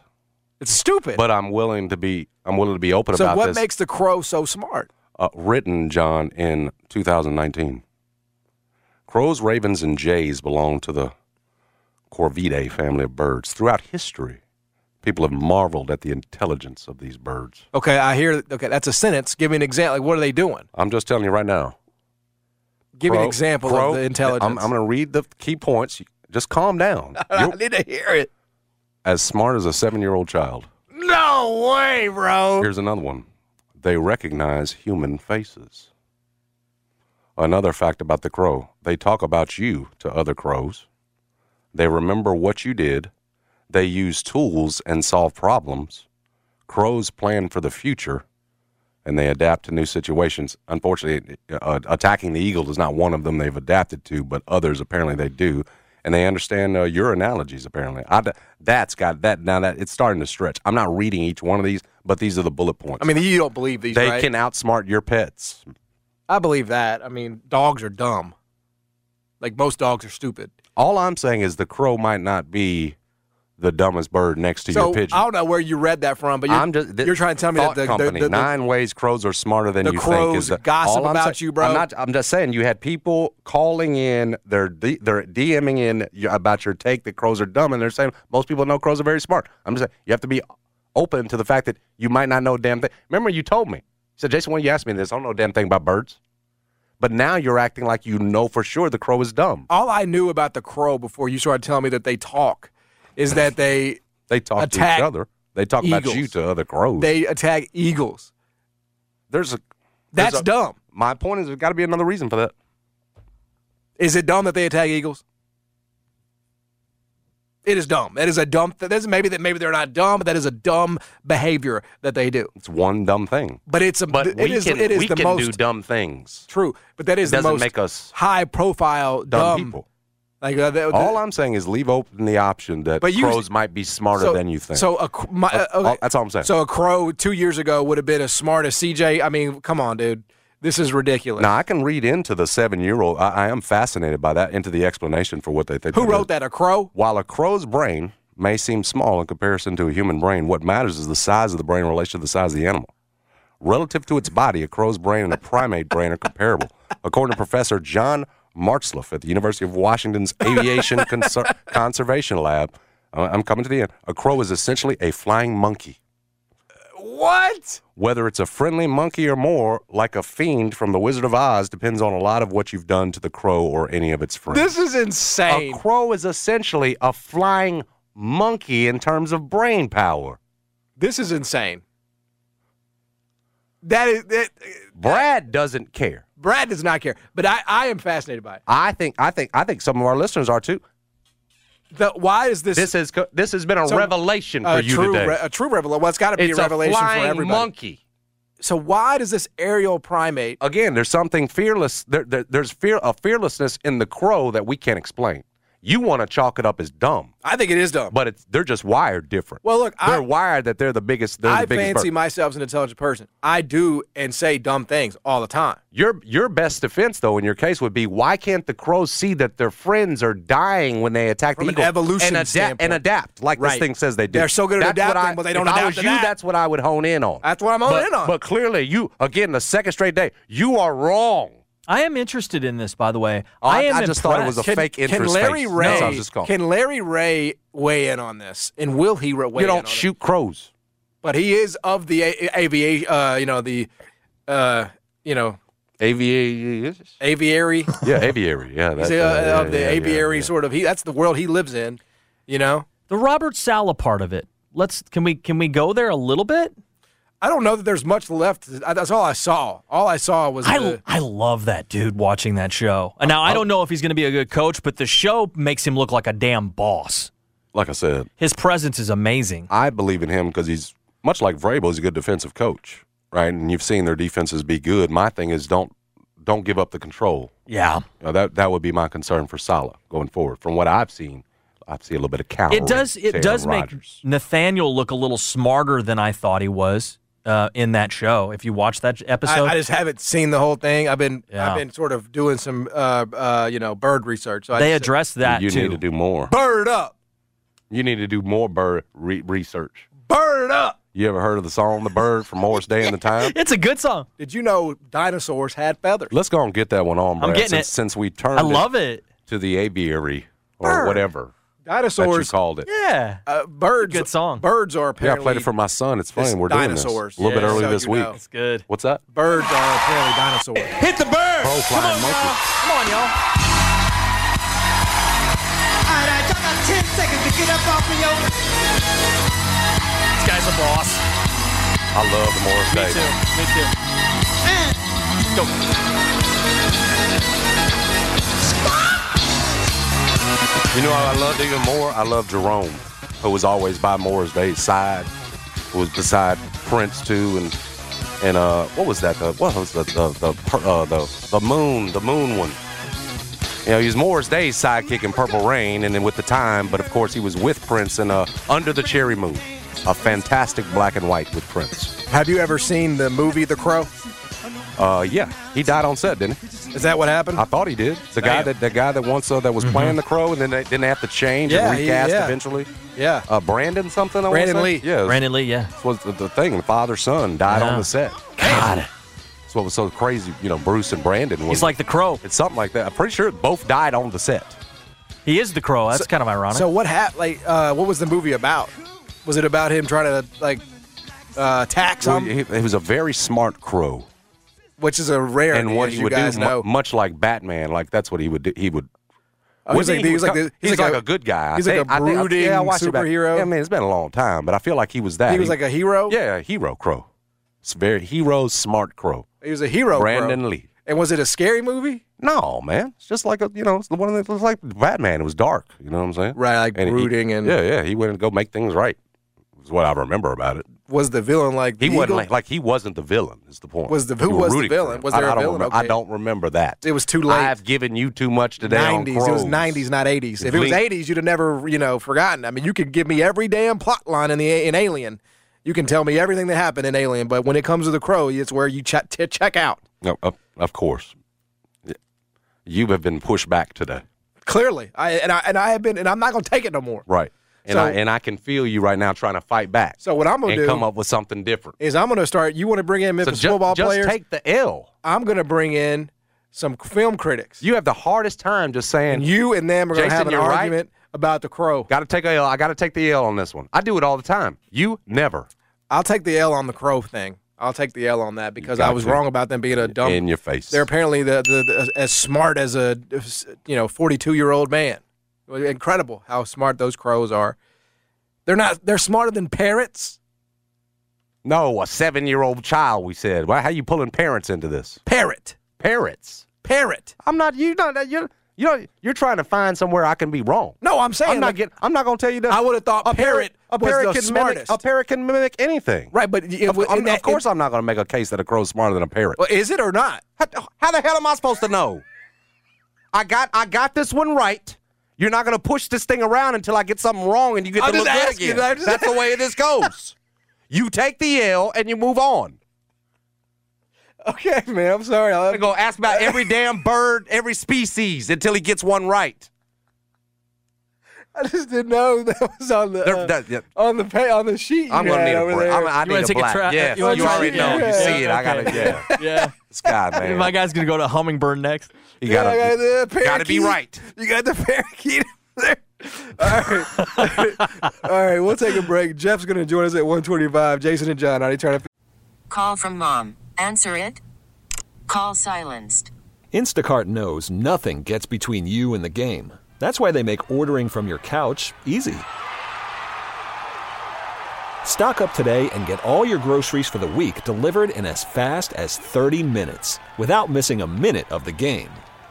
[SPEAKER 2] It's stupid.
[SPEAKER 3] but I'm willing to be I'm willing to be open
[SPEAKER 2] so
[SPEAKER 3] about
[SPEAKER 2] what
[SPEAKER 3] this.
[SPEAKER 2] makes the crow so smart?
[SPEAKER 3] uh, written John in 2019. Crows, ravens, and jays belong to the Corvidae family of birds. Throughout history, people have marveled at the intelligence of these birds.
[SPEAKER 2] Okay, I hear. Okay, that's a sentence. Give me an example. Like, what are they doing?
[SPEAKER 3] I'm just telling you right now.
[SPEAKER 2] Give me an
[SPEAKER 3] crow-
[SPEAKER 2] example
[SPEAKER 3] crow-
[SPEAKER 2] of the intelligence.
[SPEAKER 3] I'm, I'm going to read the key points. Just calm down.
[SPEAKER 2] I
[SPEAKER 3] You're
[SPEAKER 2] need to hear it.
[SPEAKER 3] as smart as a seven-year-old child.
[SPEAKER 2] No way, bro.
[SPEAKER 3] Here's another one. They recognize human faces. Another fact about the crow they talk about you to other crows. They remember what you did. They use tools and solve problems. Crows plan for the future and they adapt to new situations. Unfortunately, uh, attacking the eagle is not one of them they've adapted to, but others apparently they do. And they understand uh, your analogies apparently. I, d- that's got that now that it's starting to stretch. I'm not reading each one of these, but these are the bullet points.
[SPEAKER 2] I mean, you don't believe these,
[SPEAKER 3] they
[SPEAKER 2] right?
[SPEAKER 3] can outsmart your pets.
[SPEAKER 2] I believe that. I mean, dogs are dumb. Like most dogs are stupid.
[SPEAKER 3] All I'm saying is the crow might not be the dumbest bird next to
[SPEAKER 2] so
[SPEAKER 3] your pigeon.
[SPEAKER 2] I don't know where you read that from, but you're,
[SPEAKER 3] I'm just,
[SPEAKER 2] you're trying to tell me
[SPEAKER 3] Thought
[SPEAKER 2] that the, the-
[SPEAKER 3] company,
[SPEAKER 2] the- the-
[SPEAKER 3] nine ways crows are smarter than
[SPEAKER 2] the
[SPEAKER 3] you think
[SPEAKER 2] crows
[SPEAKER 3] is the,
[SPEAKER 2] gossip
[SPEAKER 3] all I'm
[SPEAKER 2] about
[SPEAKER 3] say-
[SPEAKER 2] you, bro.
[SPEAKER 3] I'm not. I'm just saying you had people calling in. They're D, they're DMing in y- about your take that crows are dumb, and they're saying most people know crows are very smart. I'm just saying you have to be open to the fact that you might not know a damn thing. Remember you told me. You said Jason, when you asked me this, I don't know a damn thing about birds. But now you're acting like you know for sure the crow is dumb.
[SPEAKER 2] all I knew about the crow before you started telling me that they talk is that they
[SPEAKER 3] They talk to
[SPEAKER 2] Attack
[SPEAKER 3] each other. They talk about
[SPEAKER 2] eagles.
[SPEAKER 3] you to other crows.
[SPEAKER 2] they attack eagles.
[SPEAKER 3] there's a
[SPEAKER 2] That's
[SPEAKER 3] There's a-
[SPEAKER 2] dumb.
[SPEAKER 3] my point is there's got to be another reason for that.
[SPEAKER 2] Is it dumb that they attack eagles? It is dumb. That is a dumb. That is maybe that maybe they're not dumb, but that is a dumb behavior that they do.
[SPEAKER 3] It's one dumb thing.
[SPEAKER 2] But it's a.
[SPEAKER 6] But
[SPEAKER 2] it
[SPEAKER 6] we
[SPEAKER 2] is-
[SPEAKER 6] can
[SPEAKER 2] it is
[SPEAKER 6] we
[SPEAKER 2] the
[SPEAKER 6] can
[SPEAKER 2] most
[SPEAKER 6] do dumb things.
[SPEAKER 2] true. But that is the
[SPEAKER 6] doesn't
[SPEAKER 2] most
[SPEAKER 6] make us
[SPEAKER 2] high profile
[SPEAKER 3] Dumb,
[SPEAKER 2] dumb.
[SPEAKER 3] people.
[SPEAKER 2] Like uh, that,
[SPEAKER 3] All I'm saying is leave open the option that
[SPEAKER 2] But you-
[SPEAKER 3] crows might be smarter
[SPEAKER 2] so,
[SPEAKER 3] than you think.
[SPEAKER 2] So a cr- my, uh,
[SPEAKER 3] That's all-
[SPEAKER 2] okay.
[SPEAKER 3] that's all I'm saying.
[SPEAKER 2] So a crow two years ago would have been as smart as CJ. I mean, come on, dude. This is ridiculous.
[SPEAKER 3] now I can read into the seven-year-old. I, I am fascinated by that into the explanation for what they think.
[SPEAKER 2] Who
[SPEAKER 3] it is.
[SPEAKER 2] wrote that? A crow?
[SPEAKER 3] While a crow's brain may seem small in comparison to a human brain, what matters is the size of the brain in relation to the size of the animal. Relative to its body, a crow's brain and a primate brain are comparable, according to Professor John Martzloff at the University of Washington's Aviation Conser- Conservation Lab. Uh, I'm coming to the end. A crow is essentially a flying monkey.
[SPEAKER 2] What?
[SPEAKER 3] Whether it's a friendly monkey or more, like a fiend from The Wizard of Oz, depends on a lot of what you've done to the crow or any of its friends.
[SPEAKER 2] This is insane.
[SPEAKER 3] A crow is essentially a flying monkey in terms of brain power.
[SPEAKER 2] This is insane. That is that.
[SPEAKER 3] Brad doesn't care.
[SPEAKER 2] Brad does not care, but I, I am fascinated by it.
[SPEAKER 3] I think I think I think some of our listeners are too.
[SPEAKER 2] The, why is this,
[SPEAKER 3] This has co- this has been a
[SPEAKER 2] So,
[SPEAKER 3] revelation for
[SPEAKER 2] a
[SPEAKER 3] you
[SPEAKER 2] true
[SPEAKER 3] today.
[SPEAKER 2] re- a true revelation? Well, it's got to be
[SPEAKER 3] it's
[SPEAKER 2] a revelation
[SPEAKER 3] flying
[SPEAKER 2] for everybody.
[SPEAKER 3] monkey.
[SPEAKER 2] So why does this aerial primate?
[SPEAKER 3] Again, there's something fearless. There, there, there's fear a fearlessness in the crow that we can't explain. You want to chalk it up as dumb,
[SPEAKER 2] I think it is dumb.
[SPEAKER 3] but it's they're just wired different.
[SPEAKER 2] Well, look,
[SPEAKER 3] they're
[SPEAKER 2] I-
[SPEAKER 3] wired that they're the biggest. They're
[SPEAKER 2] I
[SPEAKER 3] the biggest
[SPEAKER 2] fancy
[SPEAKER 3] bird.
[SPEAKER 2] myself as an intelligent person. I do and say dumb things all the time.
[SPEAKER 3] Your your best defense, though, in your case, would be why can't the crows see that their friends are dying when they attack
[SPEAKER 2] From
[SPEAKER 3] the
[SPEAKER 2] an
[SPEAKER 3] eagle
[SPEAKER 2] evolution
[SPEAKER 3] and, adapt
[SPEAKER 2] standpoint.
[SPEAKER 3] and adapt like
[SPEAKER 2] Right.
[SPEAKER 3] this thing says they do?
[SPEAKER 2] They're so good at
[SPEAKER 3] what
[SPEAKER 2] adapting,
[SPEAKER 3] I-
[SPEAKER 2] but they don't
[SPEAKER 3] if I
[SPEAKER 2] adapt
[SPEAKER 3] was
[SPEAKER 2] to
[SPEAKER 3] you,
[SPEAKER 2] that.
[SPEAKER 3] that's what I would hone in on.
[SPEAKER 2] That's what I'm honing
[SPEAKER 3] But-
[SPEAKER 2] in on.
[SPEAKER 3] But clearly, you again the second straight day, you are wrong.
[SPEAKER 5] I am interested in this, by the way.
[SPEAKER 3] Oh, I-
[SPEAKER 5] I, am
[SPEAKER 3] I just thought it was a
[SPEAKER 5] impressed.
[SPEAKER 3] fake
[SPEAKER 2] Can
[SPEAKER 3] interest
[SPEAKER 2] Larry
[SPEAKER 3] face.
[SPEAKER 2] Ray?
[SPEAKER 3] That's what I was just calling.
[SPEAKER 2] can Larry Ray weigh in on this? And will he re- weigh in
[SPEAKER 3] you don't
[SPEAKER 2] on it?
[SPEAKER 3] shoot crows.
[SPEAKER 2] But he is of the a- aviation. Uh, you know the, uh, you know
[SPEAKER 3] Aviary,
[SPEAKER 2] aviary.
[SPEAKER 3] yeah, aviary, yeah.
[SPEAKER 2] He's
[SPEAKER 3] That's,
[SPEAKER 2] uh,
[SPEAKER 3] yeah,
[SPEAKER 2] of the
[SPEAKER 3] yeah, yeah,
[SPEAKER 2] aviary
[SPEAKER 3] yeah.
[SPEAKER 2] sort of. He that's the world he lives in. You know,
[SPEAKER 5] the Robert Sala part of it. Let's can we can we go there a little bit?
[SPEAKER 2] I don't know that there's much left. I- That's all I saw. All I saw was
[SPEAKER 5] I,
[SPEAKER 2] the-
[SPEAKER 5] I love that dude watching that show. And Now I don't know if he's going to be a good coach, but the show makes him look like a damn boss.
[SPEAKER 3] Like I said,
[SPEAKER 5] His presence is amazing.
[SPEAKER 3] I believe in him because he's much like Vrabel. He's a good defensive coach, right? And you've seen their defenses be good. My thing is don't don't give up the control.
[SPEAKER 5] Yeah,
[SPEAKER 3] You know, that that would be my concern for Salah going forward. From what I've seen, I see a little bit of counter.
[SPEAKER 5] it does it does make Nathaniel look a little smarter than I thought he was uh, in that show. If you watch that
[SPEAKER 2] I,
[SPEAKER 5] episode,
[SPEAKER 2] I just haven't seen the whole thing. I've been
[SPEAKER 5] Yeah.
[SPEAKER 2] I've been sort of doing some uh, uh, you know bird research. So
[SPEAKER 5] they
[SPEAKER 2] I just,
[SPEAKER 5] address that
[SPEAKER 3] You
[SPEAKER 5] too.
[SPEAKER 3] need to do more.
[SPEAKER 2] bird up,
[SPEAKER 3] You need to do more bird re- research.
[SPEAKER 2] bird up.
[SPEAKER 3] You ever heard of the song "The Bird" from Morris Day and the Time?
[SPEAKER 5] it's a good song.
[SPEAKER 2] Did you know dinosaurs had feathers?
[SPEAKER 3] Let's go and get that one on, Brad.
[SPEAKER 5] getting
[SPEAKER 3] since,
[SPEAKER 5] it.
[SPEAKER 3] since we turned
[SPEAKER 5] I love it.
[SPEAKER 3] it to the aviary or whatever that you
[SPEAKER 2] Dinosaurs,
[SPEAKER 3] called it.
[SPEAKER 5] Yeah,
[SPEAKER 2] uh, birds.
[SPEAKER 5] Good song.
[SPEAKER 2] Birds are
[SPEAKER 3] Yeah, I
[SPEAKER 2] apparently
[SPEAKER 3] played it for my son. It's funny.
[SPEAKER 2] It's
[SPEAKER 3] We're doing this a
[SPEAKER 2] dinosaurs.
[SPEAKER 3] little bit
[SPEAKER 2] Yeah,
[SPEAKER 3] early
[SPEAKER 2] so
[SPEAKER 3] this
[SPEAKER 2] you
[SPEAKER 3] week.
[SPEAKER 2] know.
[SPEAKER 5] it's good.
[SPEAKER 3] What's that?
[SPEAKER 2] birds are apparently dinosaurs.
[SPEAKER 7] Hit the bird!
[SPEAKER 3] Pro flying monkey.
[SPEAKER 5] Come on, y'all.
[SPEAKER 7] All right, all right, y'all got 10 seconds to get up off of your...
[SPEAKER 5] This guy's a boss.
[SPEAKER 3] I love the Morris Day.
[SPEAKER 5] Me too.
[SPEAKER 7] And
[SPEAKER 3] You know what I loved even more? I love Jerome, who was always by Moore's Day side, who was beside Prince too, and and uh, what was that? The, what was the the the per- uh, the the moon the moon one? You know, he was Moore's Day's sidekick in Purple Rain, and then with the time, but of course he was with Prince in uh, Under the Cherry Moon, a fantastic black and white with Prince.
[SPEAKER 2] Have you ever seen the movie The Crow?
[SPEAKER 3] Uh, yeah, he died on set, didn't he?
[SPEAKER 2] Is that what happened?
[SPEAKER 3] I thought he did. The guy
[SPEAKER 2] Damn. Mm-hmm.
[SPEAKER 3] that the guy that once uh, that was playing the crow, and then they didn't have to change
[SPEAKER 2] Yeah,
[SPEAKER 3] and
[SPEAKER 2] he-
[SPEAKER 3] recast
[SPEAKER 2] yeah.
[SPEAKER 3] eventually.
[SPEAKER 2] yeah.
[SPEAKER 3] uh, Brandon something. I wanna
[SPEAKER 2] Brandon
[SPEAKER 3] say?
[SPEAKER 2] Lee.
[SPEAKER 3] Yeah, Brandon
[SPEAKER 5] Brandon Lee, yeah.
[SPEAKER 3] was the, the thing. Father son died on
[SPEAKER 5] Yeah.
[SPEAKER 3] the set.
[SPEAKER 5] God,
[SPEAKER 3] That's what was so crazy. You know, Bruce and Brandon. Was,
[SPEAKER 5] he's like the crow.
[SPEAKER 3] it's something like that. I'm pretty sure both died on the set.
[SPEAKER 5] He is the crow. That's kind of ironic.
[SPEAKER 2] So what hap- like uh, what was the movie about? Was it about him trying to like uh, attack
[SPEAKER 3] So
[SPEAKER 2] some,
[SPEAKER 3] he, he was a very smart crow,
[SPEAKER 2] which is a rare.
[SPEAKER 3] and what
[SPEAKER 2] as
[SPEAKER 3] he
[SPEAKER 2] you
[SPEAKER 3] would
[SPEAKER 2] guys
[SPEAKER 3] do, mu-
[SPEAKER 2] know,
[SPEAKER 3] much like Batman, like that's what he would do. He would.
[SPEAKER 2] Oh, he's
[SPEAKER 3] Wouldn't
[SPEAKER 2] like-
[SPEAKER 3] he?
[SPEAKER 2] he's like
[SPEAKER 3] He
[SPEAKER 2] the-
[SPEAKER 3] was
[SPEAKER 2] he's like
[SPEAKER 3] a,
[SPEAKER 2] a-
[SPEAKER 3] good guy. I
[SPEAKER 2] he's like
[SPEAKER 3] think-
[SPEAKER 2] a
[SPEAKER 3] I think- I- yeah, I
[SPEAKER 2] brooding
[SPEAKER 3] watched it back-
[SPEAKER 2] superhero.
[SPEAKER 3] Yeah, I mean, it's been a long time, but I feel like he was that.
[SPEAKER 2] he was like a hero.
[SPEAKER 3] yeah, hero crow. It's very hero smart crow.
[SPEAKER 2] he was a hero.
[SPEAKER 3] Brandon
[SPEAKER 2] bro.
[SPEAKER 3] Lee.
[SPEAKER 2] And was it a scary movie?
[SPEAKER 3] No, man. It's just like a you know, it's the one that looks like Batman. It was dark. You know what I'm saying?
[SPEAKER 2] Right, like
[SPEAKER 3] he-
[SPEAKER 2] brooding and-
[SPEAKER 3] yeah, yeah. He went and go make things right. Is what I remember about it.
[SPEAKER 2] Was the villain like
[SPEAKER 3] He
[SPEAKER 2] the
[SPEAKER 3] wasn't
[SPEAKER 2] eagle?
[SPEAKER 3] like, like he wasn't the villain. Is the point?
[SPEAKER 2] Was the- who
[SPEAKER 3] You were
[SPEAKER 2] was the
[SPEAKER 3] rooting for
[SPEAKER 2] villain?
[SPEAKER 3] him.
[SPEAKER 2] Was there a
[SPEAKER 3] I, I don't
[SPEAKER 2] villain?
[SPEAKER 3] remember-
[SPEAKER 2] Okay.
[SPEAKER 3] I don't remember that.
[SPEAKER 2] It was too late.
[SPEAKER 3] I've given you too much today. on
[SPEAKER 2] 90s. It was
[SPEAKER 3] Crows.
[SPEAKER 2] 90s, not 80s. If it was
[SPEAKER 3] Blink.
[SPEAKER 2] 80s, you'd have never, you know, forgotten. I mean, you could give me every damn plot line in the in Alien. You can tell me everything that happened in Alien, but when it comes to the Crow, it's where you ch- t- check out.
[SPEAKER 3] No, of, of course. Yeah. You have been pushed back today.
[SPEAKER 2] Clearly, I and I and I have been, and I'm not going to take it no more.
[SPEAKER 3] Right. And
[SPEAKER 2] So-
[SPEAKER 3] I and I can feel you right now trying to fight back.
[SPEAKER 2] So what I'm gonna
[SPEAKER 3] and
[SPEAKER 2] do-
[SPEAKER 3] come up with something different.
[SPEAKER 2] Is I'm going to start. You want to bring in
[SPEAKER 3] So
[SPEAKER 2] Memphis
[SPEAKER 3] ju-
[SPEAKER 2] football
[SPEAKER 3] just
[SPEAKER 2] players?
[SPEAKER 3] take the L.
[SPEAKER 2] I'm going to bring in some film critics.
[SPEAKER 3] You have the hardest time just
[SPEAKER 2] and
[SPEAKER 3] saying
[SPEAKER 2] you and them are going to
[SPEAKER 3] Jason,
[SPEAKER 2] have an
[SPEAKER 3] you're right.
[SPEAKER 2] argument about the Crow.
[SPEAKER 3] Got to take a L. I got to take the L on this one. I do it all the time. You never
[SPEAKER 2] I'll take the L on the Crow thing. I'll take the L on that because
[SPEAKER 3] got
[SPEAKER 2] I was
[SPEAKER 3] to.
[SPEAKER 2] wrong about them being a dumb.
[SPEAKER 3] in your face.
[SPEAKER 2] They're apparently the, the, the as smart as a you know 42 year old man. Incredible how smart those crows are. They're not. They're smarter than parrots.
[SPEAKER 3] no, a seven-year-old child. We said. Why? How you pulling parents into this?
[SPEAKER 2] Parrot.
[SPEAKER 3] Parrots.
[SPEAKER 2] Parrot.
[SPEAKER 3] I'm not. You know that you're. You know you're trying to find somewhere I can be wrong.
[SPEAKER 2] No, I'm saying
[SPEAKER 3] I'm not
[SPEAKER 2] like-
[SPEAKER 3] getting. I'm not gonna tell you that.
[SPEAKER 2] I would've thought
[SPEAKER 3] a
[SPEAKER 2] parrot
[SPEAKER 3] A
[SPEAKER 2] was
[SPEAKER 3] parrot
[SPEAKER 2] the
[SPEAKER 3] can
[SPEAKER 2] smartest.
[SPEAKER 3] Mimic, a parrot can mimic anything.
[SPEAKER 2] Right, but it-
[SPEAKER 3] Of, I'm-
[SPEAKER 2] in that-
[SPEAKER 3] of course, I'm not gonna make a case that a crow's smarter than a parrot.
[SPEAKER 2] Well, is it or not?
[SPEAKER 3] How, how the hell am I supposed to know? I got I got this one right. You're not gonna push this thing around until I get something wrong and you get
[SPEAKER 2] I'm
[SPEAKER 3] to
[SPEAKER 2] just
[SPEAKER 3] look good
[SPEAKER 2] asking.
[SPEAKER 3] again.
[SPEAKER 2] I'm just-
[SPEAKER 3] That's the way this goes. you take the L and you move on.
[SPEAKER 2] Okay, man. I'm sorry. I'll-
[SPEAKER 3] I'm gonna ask about every damn bird, every species until he gets one right.
[SPEAKER 2] I just didn't know that was on the
[SPEAKER 3] There-
[SPEAKER 2] uh,
[SPEAKER 3] that- yeah.
[SPEAKER 2] on the pay, on the sheet. You
[SPEAKER 3] I'm gonna
[SPEAKER 2] had
[SPEAKER 3] need a
[SPEAKER 2] over
[SPEAKER 3] break.
[SPEAKER 2] there.
[SPEAKER 3] I'm, I
[SPEAKER 5] You
[SPEAKER 3] need
[SPEAKER 5] wanna
[SPEAKER 3] a
[SPEAKER 5] take a
[SPEAKER 3] black.
[SPEAKER 5] try-
[SPEAKER 3] yeah,
[SPEAKER 5] you wanna
[SPEAKER 3] you
[SPEAKER 2] try-
[SPEAKER 3] already know.
[SPEAKER 2] yeah,
[SPEAKER 3] You see it.
[SPEAKER 5] yeah,
[SPEAKER 3] I gotta.
[SPEAKER 5] okay.
[SPEAKER 3] Yeah,
[SPEAKER 5] Yeah.
[SPEAKER 3] this guy, man.
[SPEAKER 5] My guy's going to go to Hummingbird next.
[SPEAKER 3] you
[SPEAKER 2] Yeah,
[SPEAKER 3] gotta.
[SPEAKER 2] I got the
[SPEAKER 3] gotta be
[SPEAKER 2] parakeet.
[SPEAKER 3] right.
[SPEAKER 2] You got the parakeet over there. All right. All right, we'll take a break. Jeff's going to join us at 125. Jason and John, are you trying to
[SPEAKER 6] Call from mom. Answer it. Call silenced.
[SPEAKER 8] Instacart knows nothing gets between you and the game. That's why they make ordering from your couch easy. Stock up today and get all your groceries for the week delivered in as fast as 30 minutes without missing a minute of the game.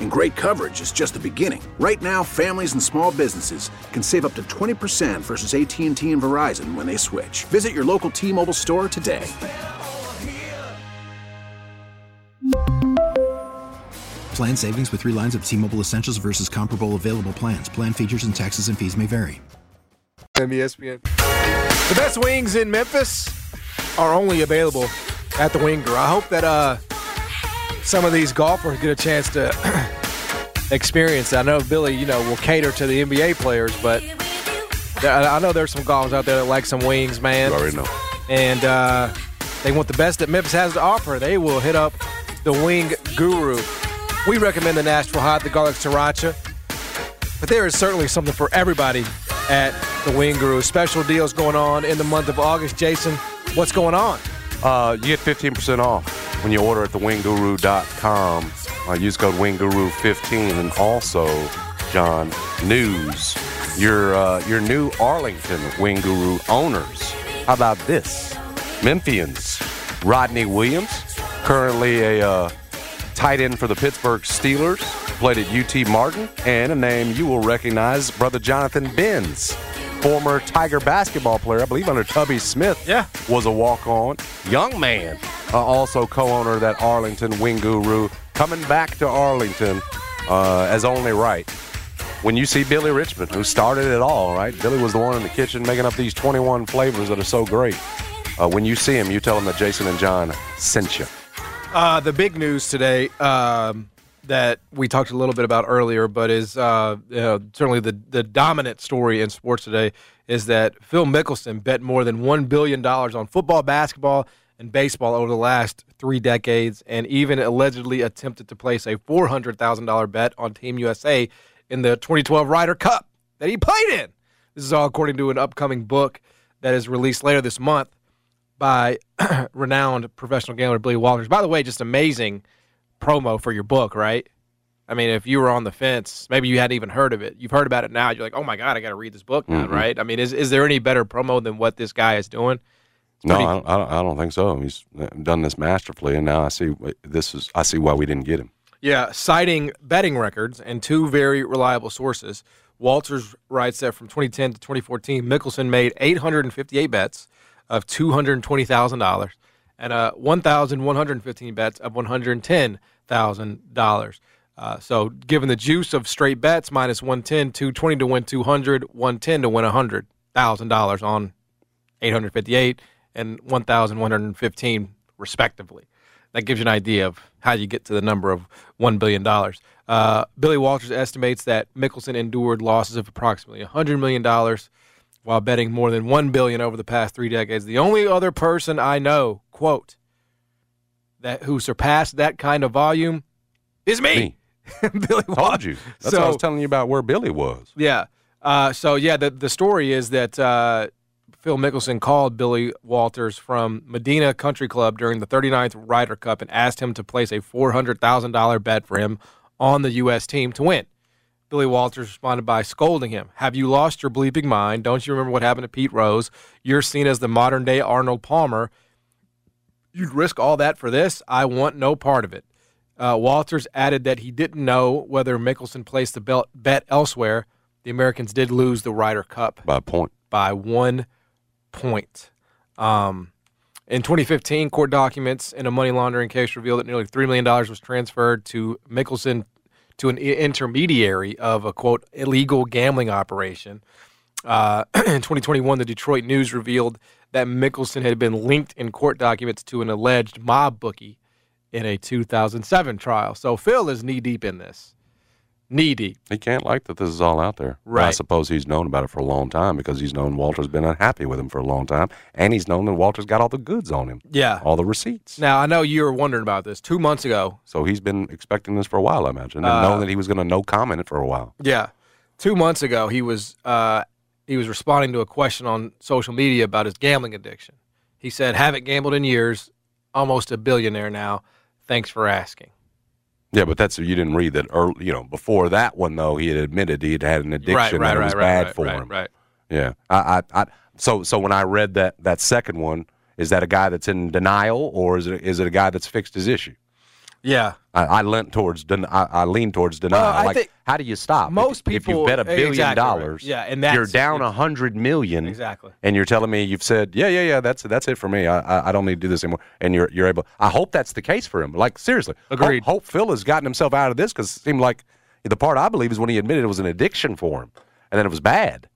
[SPEAKER 9] And great coverage is just the beginning. Right now, families and small businesses can save up to 20% versus AT&T and Verizon when they switch. Visit your local T-Mobile store today.
[SPEAKER 10] Plan savings with three lines of T Mobile Essentials versus comparable available plans. Plan features and taxes and fees may vary.
[SPEAKER 2] be ESPN? The best wings in Memphis are only available at the Winger. I hope that uh, some of these golfers get a chance to experience. it. I know Billy, you know, will cater to the NBA players, but there- I I know there's some golfers out there that like some wings, man.
[SPEAKER 3] You already know.
[SPEAKER 2] and uh, they want the best that Memphis has to offer, they will hit up the Wing Guru. We recommend the Nashville Hot, the Garlic Sriracha, but there is certainly something for everybody at the Wing Guru. Special deals going on in the month of August. Jason, what's going on?
[SPEAKER 3] Uh, you get 15% off when you order at thewingguru.com. Uh, use code wingguru15 and also, John, news. Your, uh, your new Arlington Wing Guru owners. How about this? Memphians. Rodney Williams, currently a uh, tight end for the Pittsburgh Steelers, played at UT Martin, and a name you will recognize, brother Jonathan Benz, former Tiger basketball player, I believe under Tubby Smith
[SPEAKER 2] Yeah.
[SPEAKER 3] was a walk on. Young man, uh, also co owner of that Arlington Wing Guru, coming back to Arlington uh, as only right. when you see Billy Richmond, who started it all, right? Billy was the one in the kitchen making up these 21 flavors that are so great. Uh, when you see him, you tell him that Jason and John sent you.
[SPEAKER 2] Uh, the big news today um, that we talked a little bit about earlier, but is uh, you know, certainly the, the dominant story in sports today is that Phil Mickelson bet more than $1 billion on football, basketball, and baseball over the last three decades, and even allegedly attempted to place a $400,000 bet on Team USA in the 2012 Ryder Cup that he played in. This is all according to an upcoming book that is released later this month by renowned professional gambler Billy Walters. By the way, just amazing promo for your book, right? I mean, if you were on the fence, maybe you hadn't even heard of it. You've heard about it now. You're like, oh my god, I got to read this book now,
[SPEAKER 3] Mhm.
[SPEAKER 2] right? I mean, is is there any better promo than what this guy is doing?
[SPEAKER 3] No,
[SPEAKER 2] pretty-
[SPEAKER 3] I don't, I, don't, I don't think so. He's uh, done this masterfully, and now I see wh- this is I see why we didn't get him.
[SPEAKER 2] Yeah, citing betting records and two very reliable sources, Walters writes that from 2010 to 2014, Mickelson made 858 bets of $220,000 and uh, 1,115 bets of $110,000. Uh, so, given the juice of straight bets, minus 110, 220 to win 200, 110 to win $100,000 on 858 and 1,115, respectively. That gives you an idea of how you get to the number of $1 billion. Uh, Billy Walters estimates that Mickelson endured losses of approximately $100 million while betting more than $1 billion over the past three decades. The only other person I know, quote, that who surpassed that kind of volume is me. Billy
[SPEAKER 3] Told you. That's what I was
[SPEAKER 2] So-
[SPEAKER 3] telling you about where Billy was.
[SPEAKER 2] Yeah. Uh, so yeah, the the story is that uh, Phil Mickelson called Billy Walters from Medina Country Club during the 39th Ryder Cup and asked him to place a $400,000 bet for him on the U.S. team to win. Billy Walters responded by scolding him. Have you lost your bleeping mind? Don't you remember what happened to Pete Rose? You're seen as the modern day Arnold Palmer. You'd risk all that for this? I want no part of it. Uh, Walters added that he didn't know whether Mickelson placed the belt, bet elsewhere. The Americans did lose the Ryder Cup
[SPEAKER 3] by a point.
[SPEAKER 2] By one point. Um, in 2015, court documents in a money laundering case revealed that nearly $3 million was transferred to Mickelson to an i- intermediary of a quote illegal gambling operation. Uh, in 2021, the Detroit News revealed that Mickelson had been linked in court documents to an alleged mob bookie in a 2007 trial. So Phil is knee deep in this. Knee deep.
[SPEAKER 3] He can't like that this is all out there. But I
[SPEAKER 2] Right.
[SPEAKER 3] suppose he's known about it for a long time because he's known Walter's been unhappy with him for a long time, and he's known that Walter's got all the goods on him.
[SPEAKER 2] Yeah.
[SPEAKER 3] All the receipts.
[SPEAKER 2] Now, I know you were wondering about this two months ago.
[SPEAKER 3] So he's been expecting this for a while, I imagine, and
[SPEAKER 2] Uh,
[SPEAKER 3] knowing that he was going to no comment it for a while.
[SPEAKER 2] Yeah, two months ago he was uh, he was responding to a question on social media about his gambling addiction. He said, "Haven't gambled in years, almost a billionaire now. Thanks for asking."
[SPEAKER 3] Yeah, but that's you didn't read that. Early, you know, before that one though, he had admitted he had had an addiction that it was bad
[SPEAKER 2] right,
[SPEAKER 3] for
[SPEAKER 2] right,
[SPEAKER 3] him.
[SPEAKER 2] Right.
[SPEAKER 3] Yeah, I, I, I, so so when I read that that second one, is that a guy that's in denial or is it is it a guy that's fixed his issue?
[SPEAKER 2] Yeah.
[SPEAKER 3] I, I lean towards den- I, I lean towards denial.
[SPEAKER 2] I
[SPEAKER 3] like,
[SPEAKER 2] think-
[SPEAKER 3] how do you stop?
[SPEAKER 2] Most
[SPEAKER 3] if, if
[SPEAKER 2] people-
[SPEAKER 3] you bet a billion
[SPEAKER 2] exactly right.
[SPEAKER 3] dollars,
[SPEAKER 2] Yeah, and
[SPEAKER 3] you're
[SPEAKER 2] that's-
[SPEAKER 3] down a hundred million,
[SPEAKER 2] Exactly.
[SPEAKER 3] and you're telling me you've said, yeah, yeah, yeah, that's that's it for me. I, I, I don't need to do this anymore. And you're you're able. I hope that's the case for him. Like seriously,
[SPEAKER 2] Agreed.
[SPEAKER 3] Hope, hope Phil has gotten himself out of this because it seemed like the part I believe is when he admitted it was an addiction for him, and then it was bad.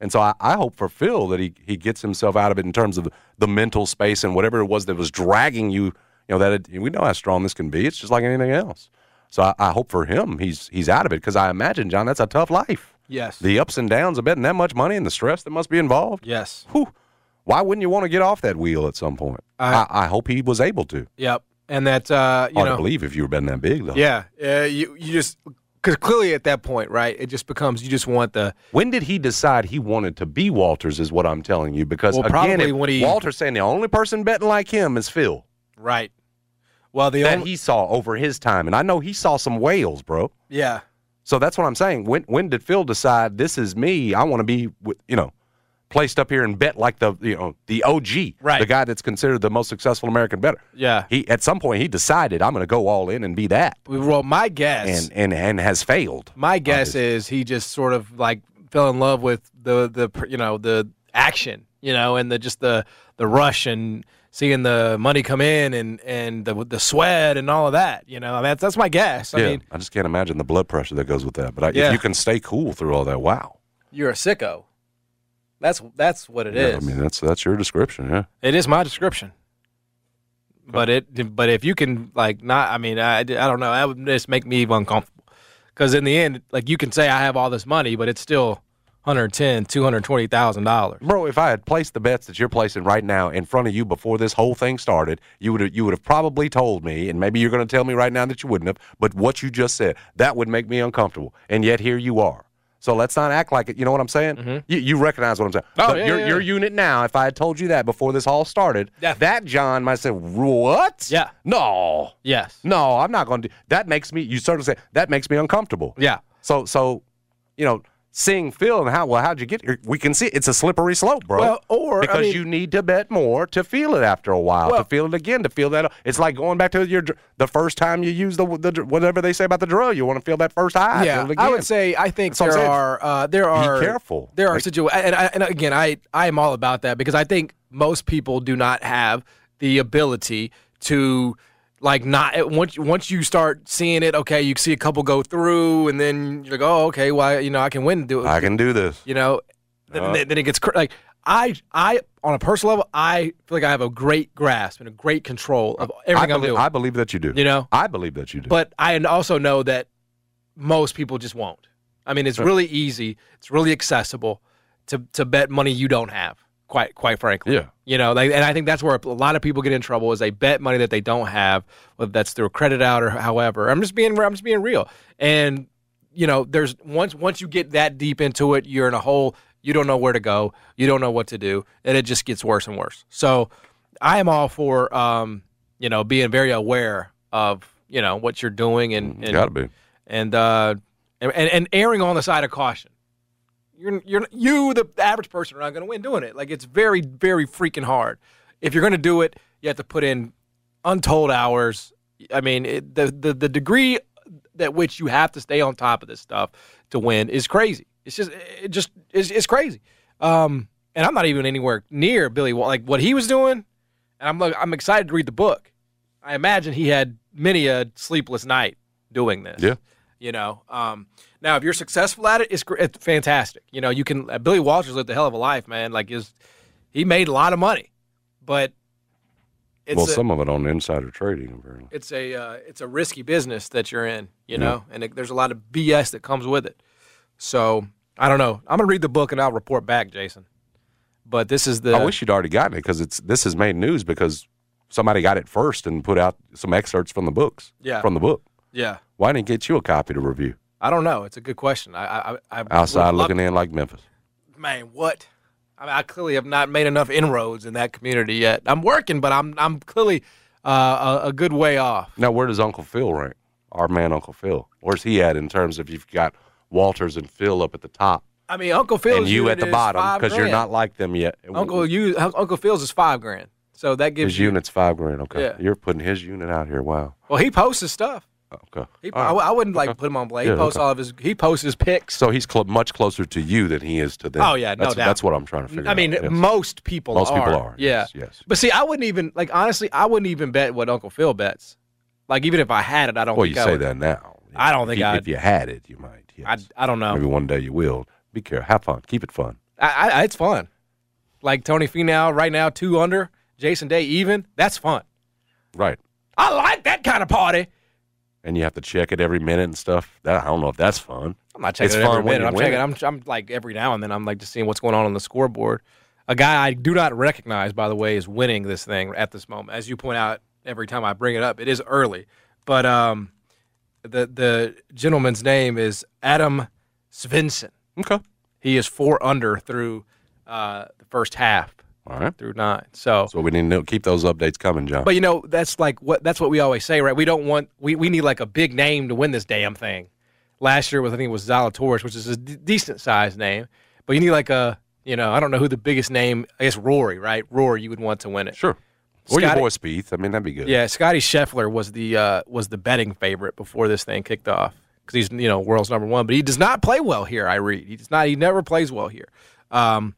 [SPEAKER 3] And so I, I hope for Phil that he, he gets himself out of it in terms of the mental space and whatever it was that was dragging you. You know that it, we know how strong this can be. It's just like anything else. So I, I hope for him he's he's out of it because I imagine John that's a tough life.
[SPEAKER 2] Yes.
[SPEAKER 3] The ups and downs of betting that much money and the stress that must be involved.
[SPEAKER 2] Yes.
[SPEAKER 3] Whew. Why wouldn't you want to get off that wheel at some point? I, I, hope he was able to.
[SPEAKER 2] Yep. And that uh, you
[SPEAKER 3] Hard
[SPEAKER 2] know,
[SPEAKER 3] to believe if you were betting that big though.
[SPEAKER 2] yeah, uh, you you just because clearly at that point, right, it just becomes you just want the
[SPEAKER 3] When did he decide he wanted to be Walters? Is what I'm telling you because
[SPEAKER 2] Well,
[SPEAKER 3] again,
[SPEAKER 2] probably
[SPEAKER 3] if
[SPEAKER 2] when he-
[SPEAKER 3] Walter's saying the only person betting like him is Phil.
[SPEAKER 2] right. Well, the
[SPEAKER 3] that
[SPEAKER 2] only
[SPEAKER 3] he saw over his time, and I know he saw some whales, bro.
[SPEAKER 2] yeah.
[SPEAKER 3] So that's what I'm saying. When when did Phil decide this is me? I want to be with you know placed up here and bet like the you know the OG,
[SPEAKER 2] Right.
[SPEAKER 3] The guy that's considered the most successful American better.
[SPEAKER 2] Yeah.
[SPEAKER 3] He at some point he decided I'm going to go all in and be that,
[SPEAKER 2] Well, my guess
[SPEAKER 3] and and and has failed.
[SPEAKER 2] My guess is he just sort of like fell in love with the the you know the action, you know, and the just the the rush and seeing the money come in and and the the sweat and all of that. You know, that's that's my guess. I
[SPEAKER 3] yeah,
[SPEAKER 2] mean,
[SPEAKER 3] I just can't imagine the blood pressure that goes with that. But I,
[SPEAKER 2] Yeah.
[SPEAKER 3] if you can stay cool through all that, wow.
[SPEAKER 2] you're a sicko. That's that's what it
[SPEAKER 3] Yeah,
[SPEAKER 2] is.
[SPEAKER 3] I mean, that's that's your description, yeah.
[SPEAKER 2] It is my description. But it, but if you can like not, I mean, I, I don't know. That would just make me uncomfortable. Because in the end, like you can say I have all this money, but it's still 110, 220 thousand dollars.
[SPEAKER 3] Bro, if I had placed the bets that you're placing right now in front of you before this whole thing started, you would have, you would have probably told me, and maybe you're going to tell me right now that you wouldn't have. But what you just said that would make me uncomfortable, and yet here you are. So let's not act like it. You know what I'm saying? You, you recognize what I'm saying?
[SPEAKER 2] Oh,
[SPEAKER 3] but
[SPEAKER 2] yeah,
[SPEAKER 3] your,
[SPEAKER 2] yeah,
[SPEAKER 3] your unit now. If I had told you that before this all started, that John might say, "What?
[SPEAKER 2] Yeah.
[SPEAKER 3] No.
[SPEAKER 2] Yes.
[SPEAKER 3] No, I'm not going to. do That makes me. You started to say that makes me uncomfortable.
[SPEAKER 2] Yeah.
[SPEAKER 3] So so, you know, seeing Phil and how well how'd you get here? We can see it's a slippery slope, bro.
[SPEAKER 2] Well, or, I
[SPEAKER 3] because
[SPEAKER 2] mean-
[SPEAKER 3] you need to bet more to feel it after a while,
[SPEAKER 2] Well-
[SPEAKER 3] to feel it again, to feel that it's like going back to your dr- the first time you use the, the dr- whatever they say about the drill. You want to feel that first high.
[SPEAKER 2] yeah,
[SPEAKER 3] feel it again.
[SPEAKER 2] I would say I think
[SPEAKER 3] That's what I'm
[SPEAKER 2] there
[SPEAKER 3] saying.
[SPEAKER 2] are uh, there are
[SPEAKER 3] careful.
[SPEAKER 2] There are
[SPEAKER 3] Like-
[SPEAKER 2] situations, and, I- and again, I I am all about that because I think most people do not have the ability to like not eh, once once you start seeing it. Okay, you see a couple go through, and then you're like, oh, okay, well, I- you know, I can win. Do it.
[SPEAKER 3] I can do this.
[SPEAKER 2] You know, then,
[SPEAKER 3] Uh.
[SPEAKER 2] then- then it gets cr- like I I on a personal level, I feel like I have a great grasp and a great control of
[SPEAKER 3] I
[SPEAKER 2] everything I'm
[SPEAKER 3] believe,
[SPEAKER 2] doing.
[SPEAKER 3] I believe that you do.
[SPEAKER 2] You know?
[SPEAKER 3] I believe that you do.
[SPEAKER 2] But I also know that most people just won't. I mean, it's
[SPEAKER 3] Right.
[SPEAKER 2] really easy. It's really accessible to to bet money you don't have. Quite quite frankly,
[SPEAKER 3] Yeah.
[SPEAKER 2] You know, like, and I think that's where a lot of people get in trouble is they bet money that they don't have, whether that's through a credit out or however. I'm just being I'm just being real. And you know, there's once once you get that deep into it, you're in a hole. You don't know where to go. You don't know what to do, and it just gets worse and worse. So, I am all for um, you know being very aware of you know what you're doing and, and
[SPEAKER 3] Gotta be.
[SPEAKER 2] and uh and, and and erring on the side of caution. You're you're you the average person are not going to win doing it. Like it's very very freaking hard. If you're going to do it, you have to put in untold hours. I mean, it, the the the degree that which you have to stay on top of this stuff to win is crazy. It's just it just it's, it's crazy. Um, and I'm not even anywhere near Billy Wa- like what he was doing. And I'm like, I'm excited to read the book. I imagine he had many a sleepless night doing this.
[SPEAKER 3] Yeah.
[SPEAKER 2] You know, um, now if you're successful at it, it's, gr- it's fantastic. You know, you can. Uh, Billy Walters lived a hell of a life, man. Like his, he made a lot of money, but it's
[SPEAKER 3] well,
[SPEAKER 2] a,
[SPEAKER 3] some of it on insider trading, apparently.
[SPEAKER 2] it's a uh, it's a risky business that you're in, you
[SPEAKER 3] Yeah.
[SPEAKER 2] know, and it, there's a lot of BS that comes with it. So I don't know. I'm gonna read the book and I'll report back, Jason. But this is the
[SPEAKER 3] I wish you'd already gotten it because it's this has made news because somebody got it first and put out some excerpts from the books.
[SPEAKER 2] Yeah.
[SPEAKER 3] From the book.
[SPEAKER 2] yeah.
[SPEAKER 3] Why didn't get you a copy to review
[SPEAKER 2] I don't know. It's a good question. I I, I I
[SPEAKER 3] outside
[SPEAKER 2] would love-
[SPEAKER 3] looking in like Memphis?
[SPEAKER 2] man, what? I, mean, I clearly have not made enough inroads in that community yet. I'm working, but I'm I'm clearly uh, a, a good way off.
[SPEAKER 3] Now, where does Uncle Phil rank? Our man, Uncle Phil. Where's he at in terms of you've got Walters and Phil up at the top
[SPEAKER 2] I mean, Uncle Phil's
[SPEAKER 3] and you
[SPEAKER 2] unit
[SPEAKER 3] at the
[SPEAKER 2] is
[SPEAKER 3] bottom
[SPEAKER 2] five
[SPEAKER 3] because you're
[SPEAKER 2] grand.
[SPEAKER 3] not like them yet.
[SPEAKER 2] Uncle you Uncle Phil's is five grand, so that gives
[SPEAKER 3] his
[SPEAKER 2] you.
[SPEAKER 3] unit's five grand. Okay,
[SPEAKER 2] Yeah.
[SPEAKER 3] you're putting his unit out here. Wow.
[SPEAKER 2] Well, he posts his stuff.
[SPEAKER 3] Okay.
[SPEAKER 2] He,
[SPEAKER 3] All right.
[SPEAKER 2] I, I wouldn't like put him on blade.
[SPEAKER 3] Yeah,
[SPEAKER 2] he posts
[SPEAKER 3] Oh, okay.
[SPEAKER 2] all of his. He posts his picks.
[SPEAKER 3] So he's cl- much closer to you than he is to them.
[SPEAKER 2] Oh, yeah, no
[SPEAKER 3] that's,
[SPEAKER 2] doubt.
[SPEAKER 3] That's what I'm trying to figure out.
[SPEAKER 2] I mean,
[SPEAKER 3] Yes.
[SPEAKER 2] most people.
[SPEAKER 3] Most
[SPEAKER 2] are.
[SPEAKER 3] people are,
[SPEAKER 2] Yeah.
[SPEAKER 3] yes, yes.
[SPEAKER 2] But see, I wouldn't even like honestly. I wouldn't even bet what Uncle Phil bets. Like even if I had it, I don't.
[SPEAKER 3] well,
[SPEAKER 2] think
[SPEAKER 3] you
[SPEAKER 2] I
[SPEAKER 3] say
[SPEAKER 2] would.
[SPEAKER 3] that now.
[SPEAKER 2] I don't
[SPEAKER 3] If
[SPEAKER 2] think
[SPEAKER 3] you,
[SPEAKER 2] I'd-
[SPEAKER 3] if you had it, you might. Yes.
[SPEAKER 2] I, I don't know.
[SPEAKER 3] Maybe one day you will. Be careful. Have fun. Keep it fun.
[SPEAKER 2] I, I, it's fun. Like Tony Finau right now, two under. Jason Day even. That's fun.
[SPEAKER 3] Right.
[SPEAKER 2] I like that kind of party.
[SPEAKER 3] And you have to check it every minute and stuff. That I don't know if that's fun.
[SPEAKER 2] I'm not checking
[SPEAKER 3] it's
[SPEAKER 2] it
[SPEAKER 3] fun
[SPEAKER 2] every
[SPEAKER 3] when
[SPEAKER 2] minute.
[SPEAKER 3] you
[SPEAKER 2] I'm
[SPEAKER 3] win
[SPEAKER 2] checking.
[SPEAKER 3] it.
[SPEAKER 2] I'm, I'm like every now and then. I'm like just seeing what's going on on the scoreboard. A guy I do not recognize, by the way, is winning this thing at this moment. As you point out every time I bring it up, it is early. But um, the the gentleman's name is Adam Svensson.
[SPEAKER 3] Okay.
[SPEAKER 2] He is four under through uh, the first half
[SPEAKER 3] All right.
[SPEAKER 2] through nine. So
[SPEAKER 3] So we need to know- keep those updates coming, John.
[SPEAKER 2] But you know, that's like what that's what we always say, right? We don't want we, we need like a big name to win this damn thing. Last year was I think it was Zalatoris, which is a d- decent sized name, but you need like a you know I don't know who the biggest name. I guess Rory, right? Rory, you would want to win it.
[SPEAKER 3] sure. Or your
[SPEAKER 2] Scotty-
[SPEAKER 3] boy Spieth. I mean, that'd be good.
[SPEAKER 2] Yeah, Scotty Scheffler was the uh, was the betting favorite before this thing kicked off because he's you know world's number one, but he does not play well here. I read he does not he never plays well here. Um,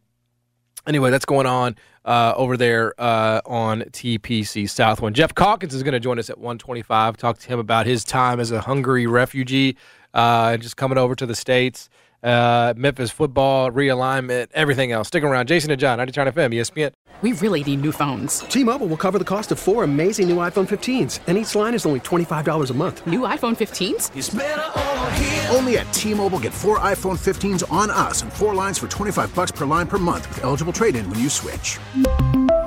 [SPEAKER 2] Anyway, that's going on uh, over there uh, on TPC Southwind. Jeff Calkins is going to join us at 125. Talk to him about his time as a Hungary refugee, uh, just coming over to the States, uh, Memphis football, realignment, everything else. Stick around. Jason and John, 99 FM, ESPN.
[SPEAKER 8] We really need new phones.
[SPEAKER 11] T-Mobile will cover the cost of four amazing new iPhone 15s, and each line is only $25 a month.
[SPEAKER 8] New iPhone 15s?
[SPEAKER 12] Only at T-Mobile get four iPhone 15s on us and four lines for 25 bucks per line per month with eligible trade-in when you switch.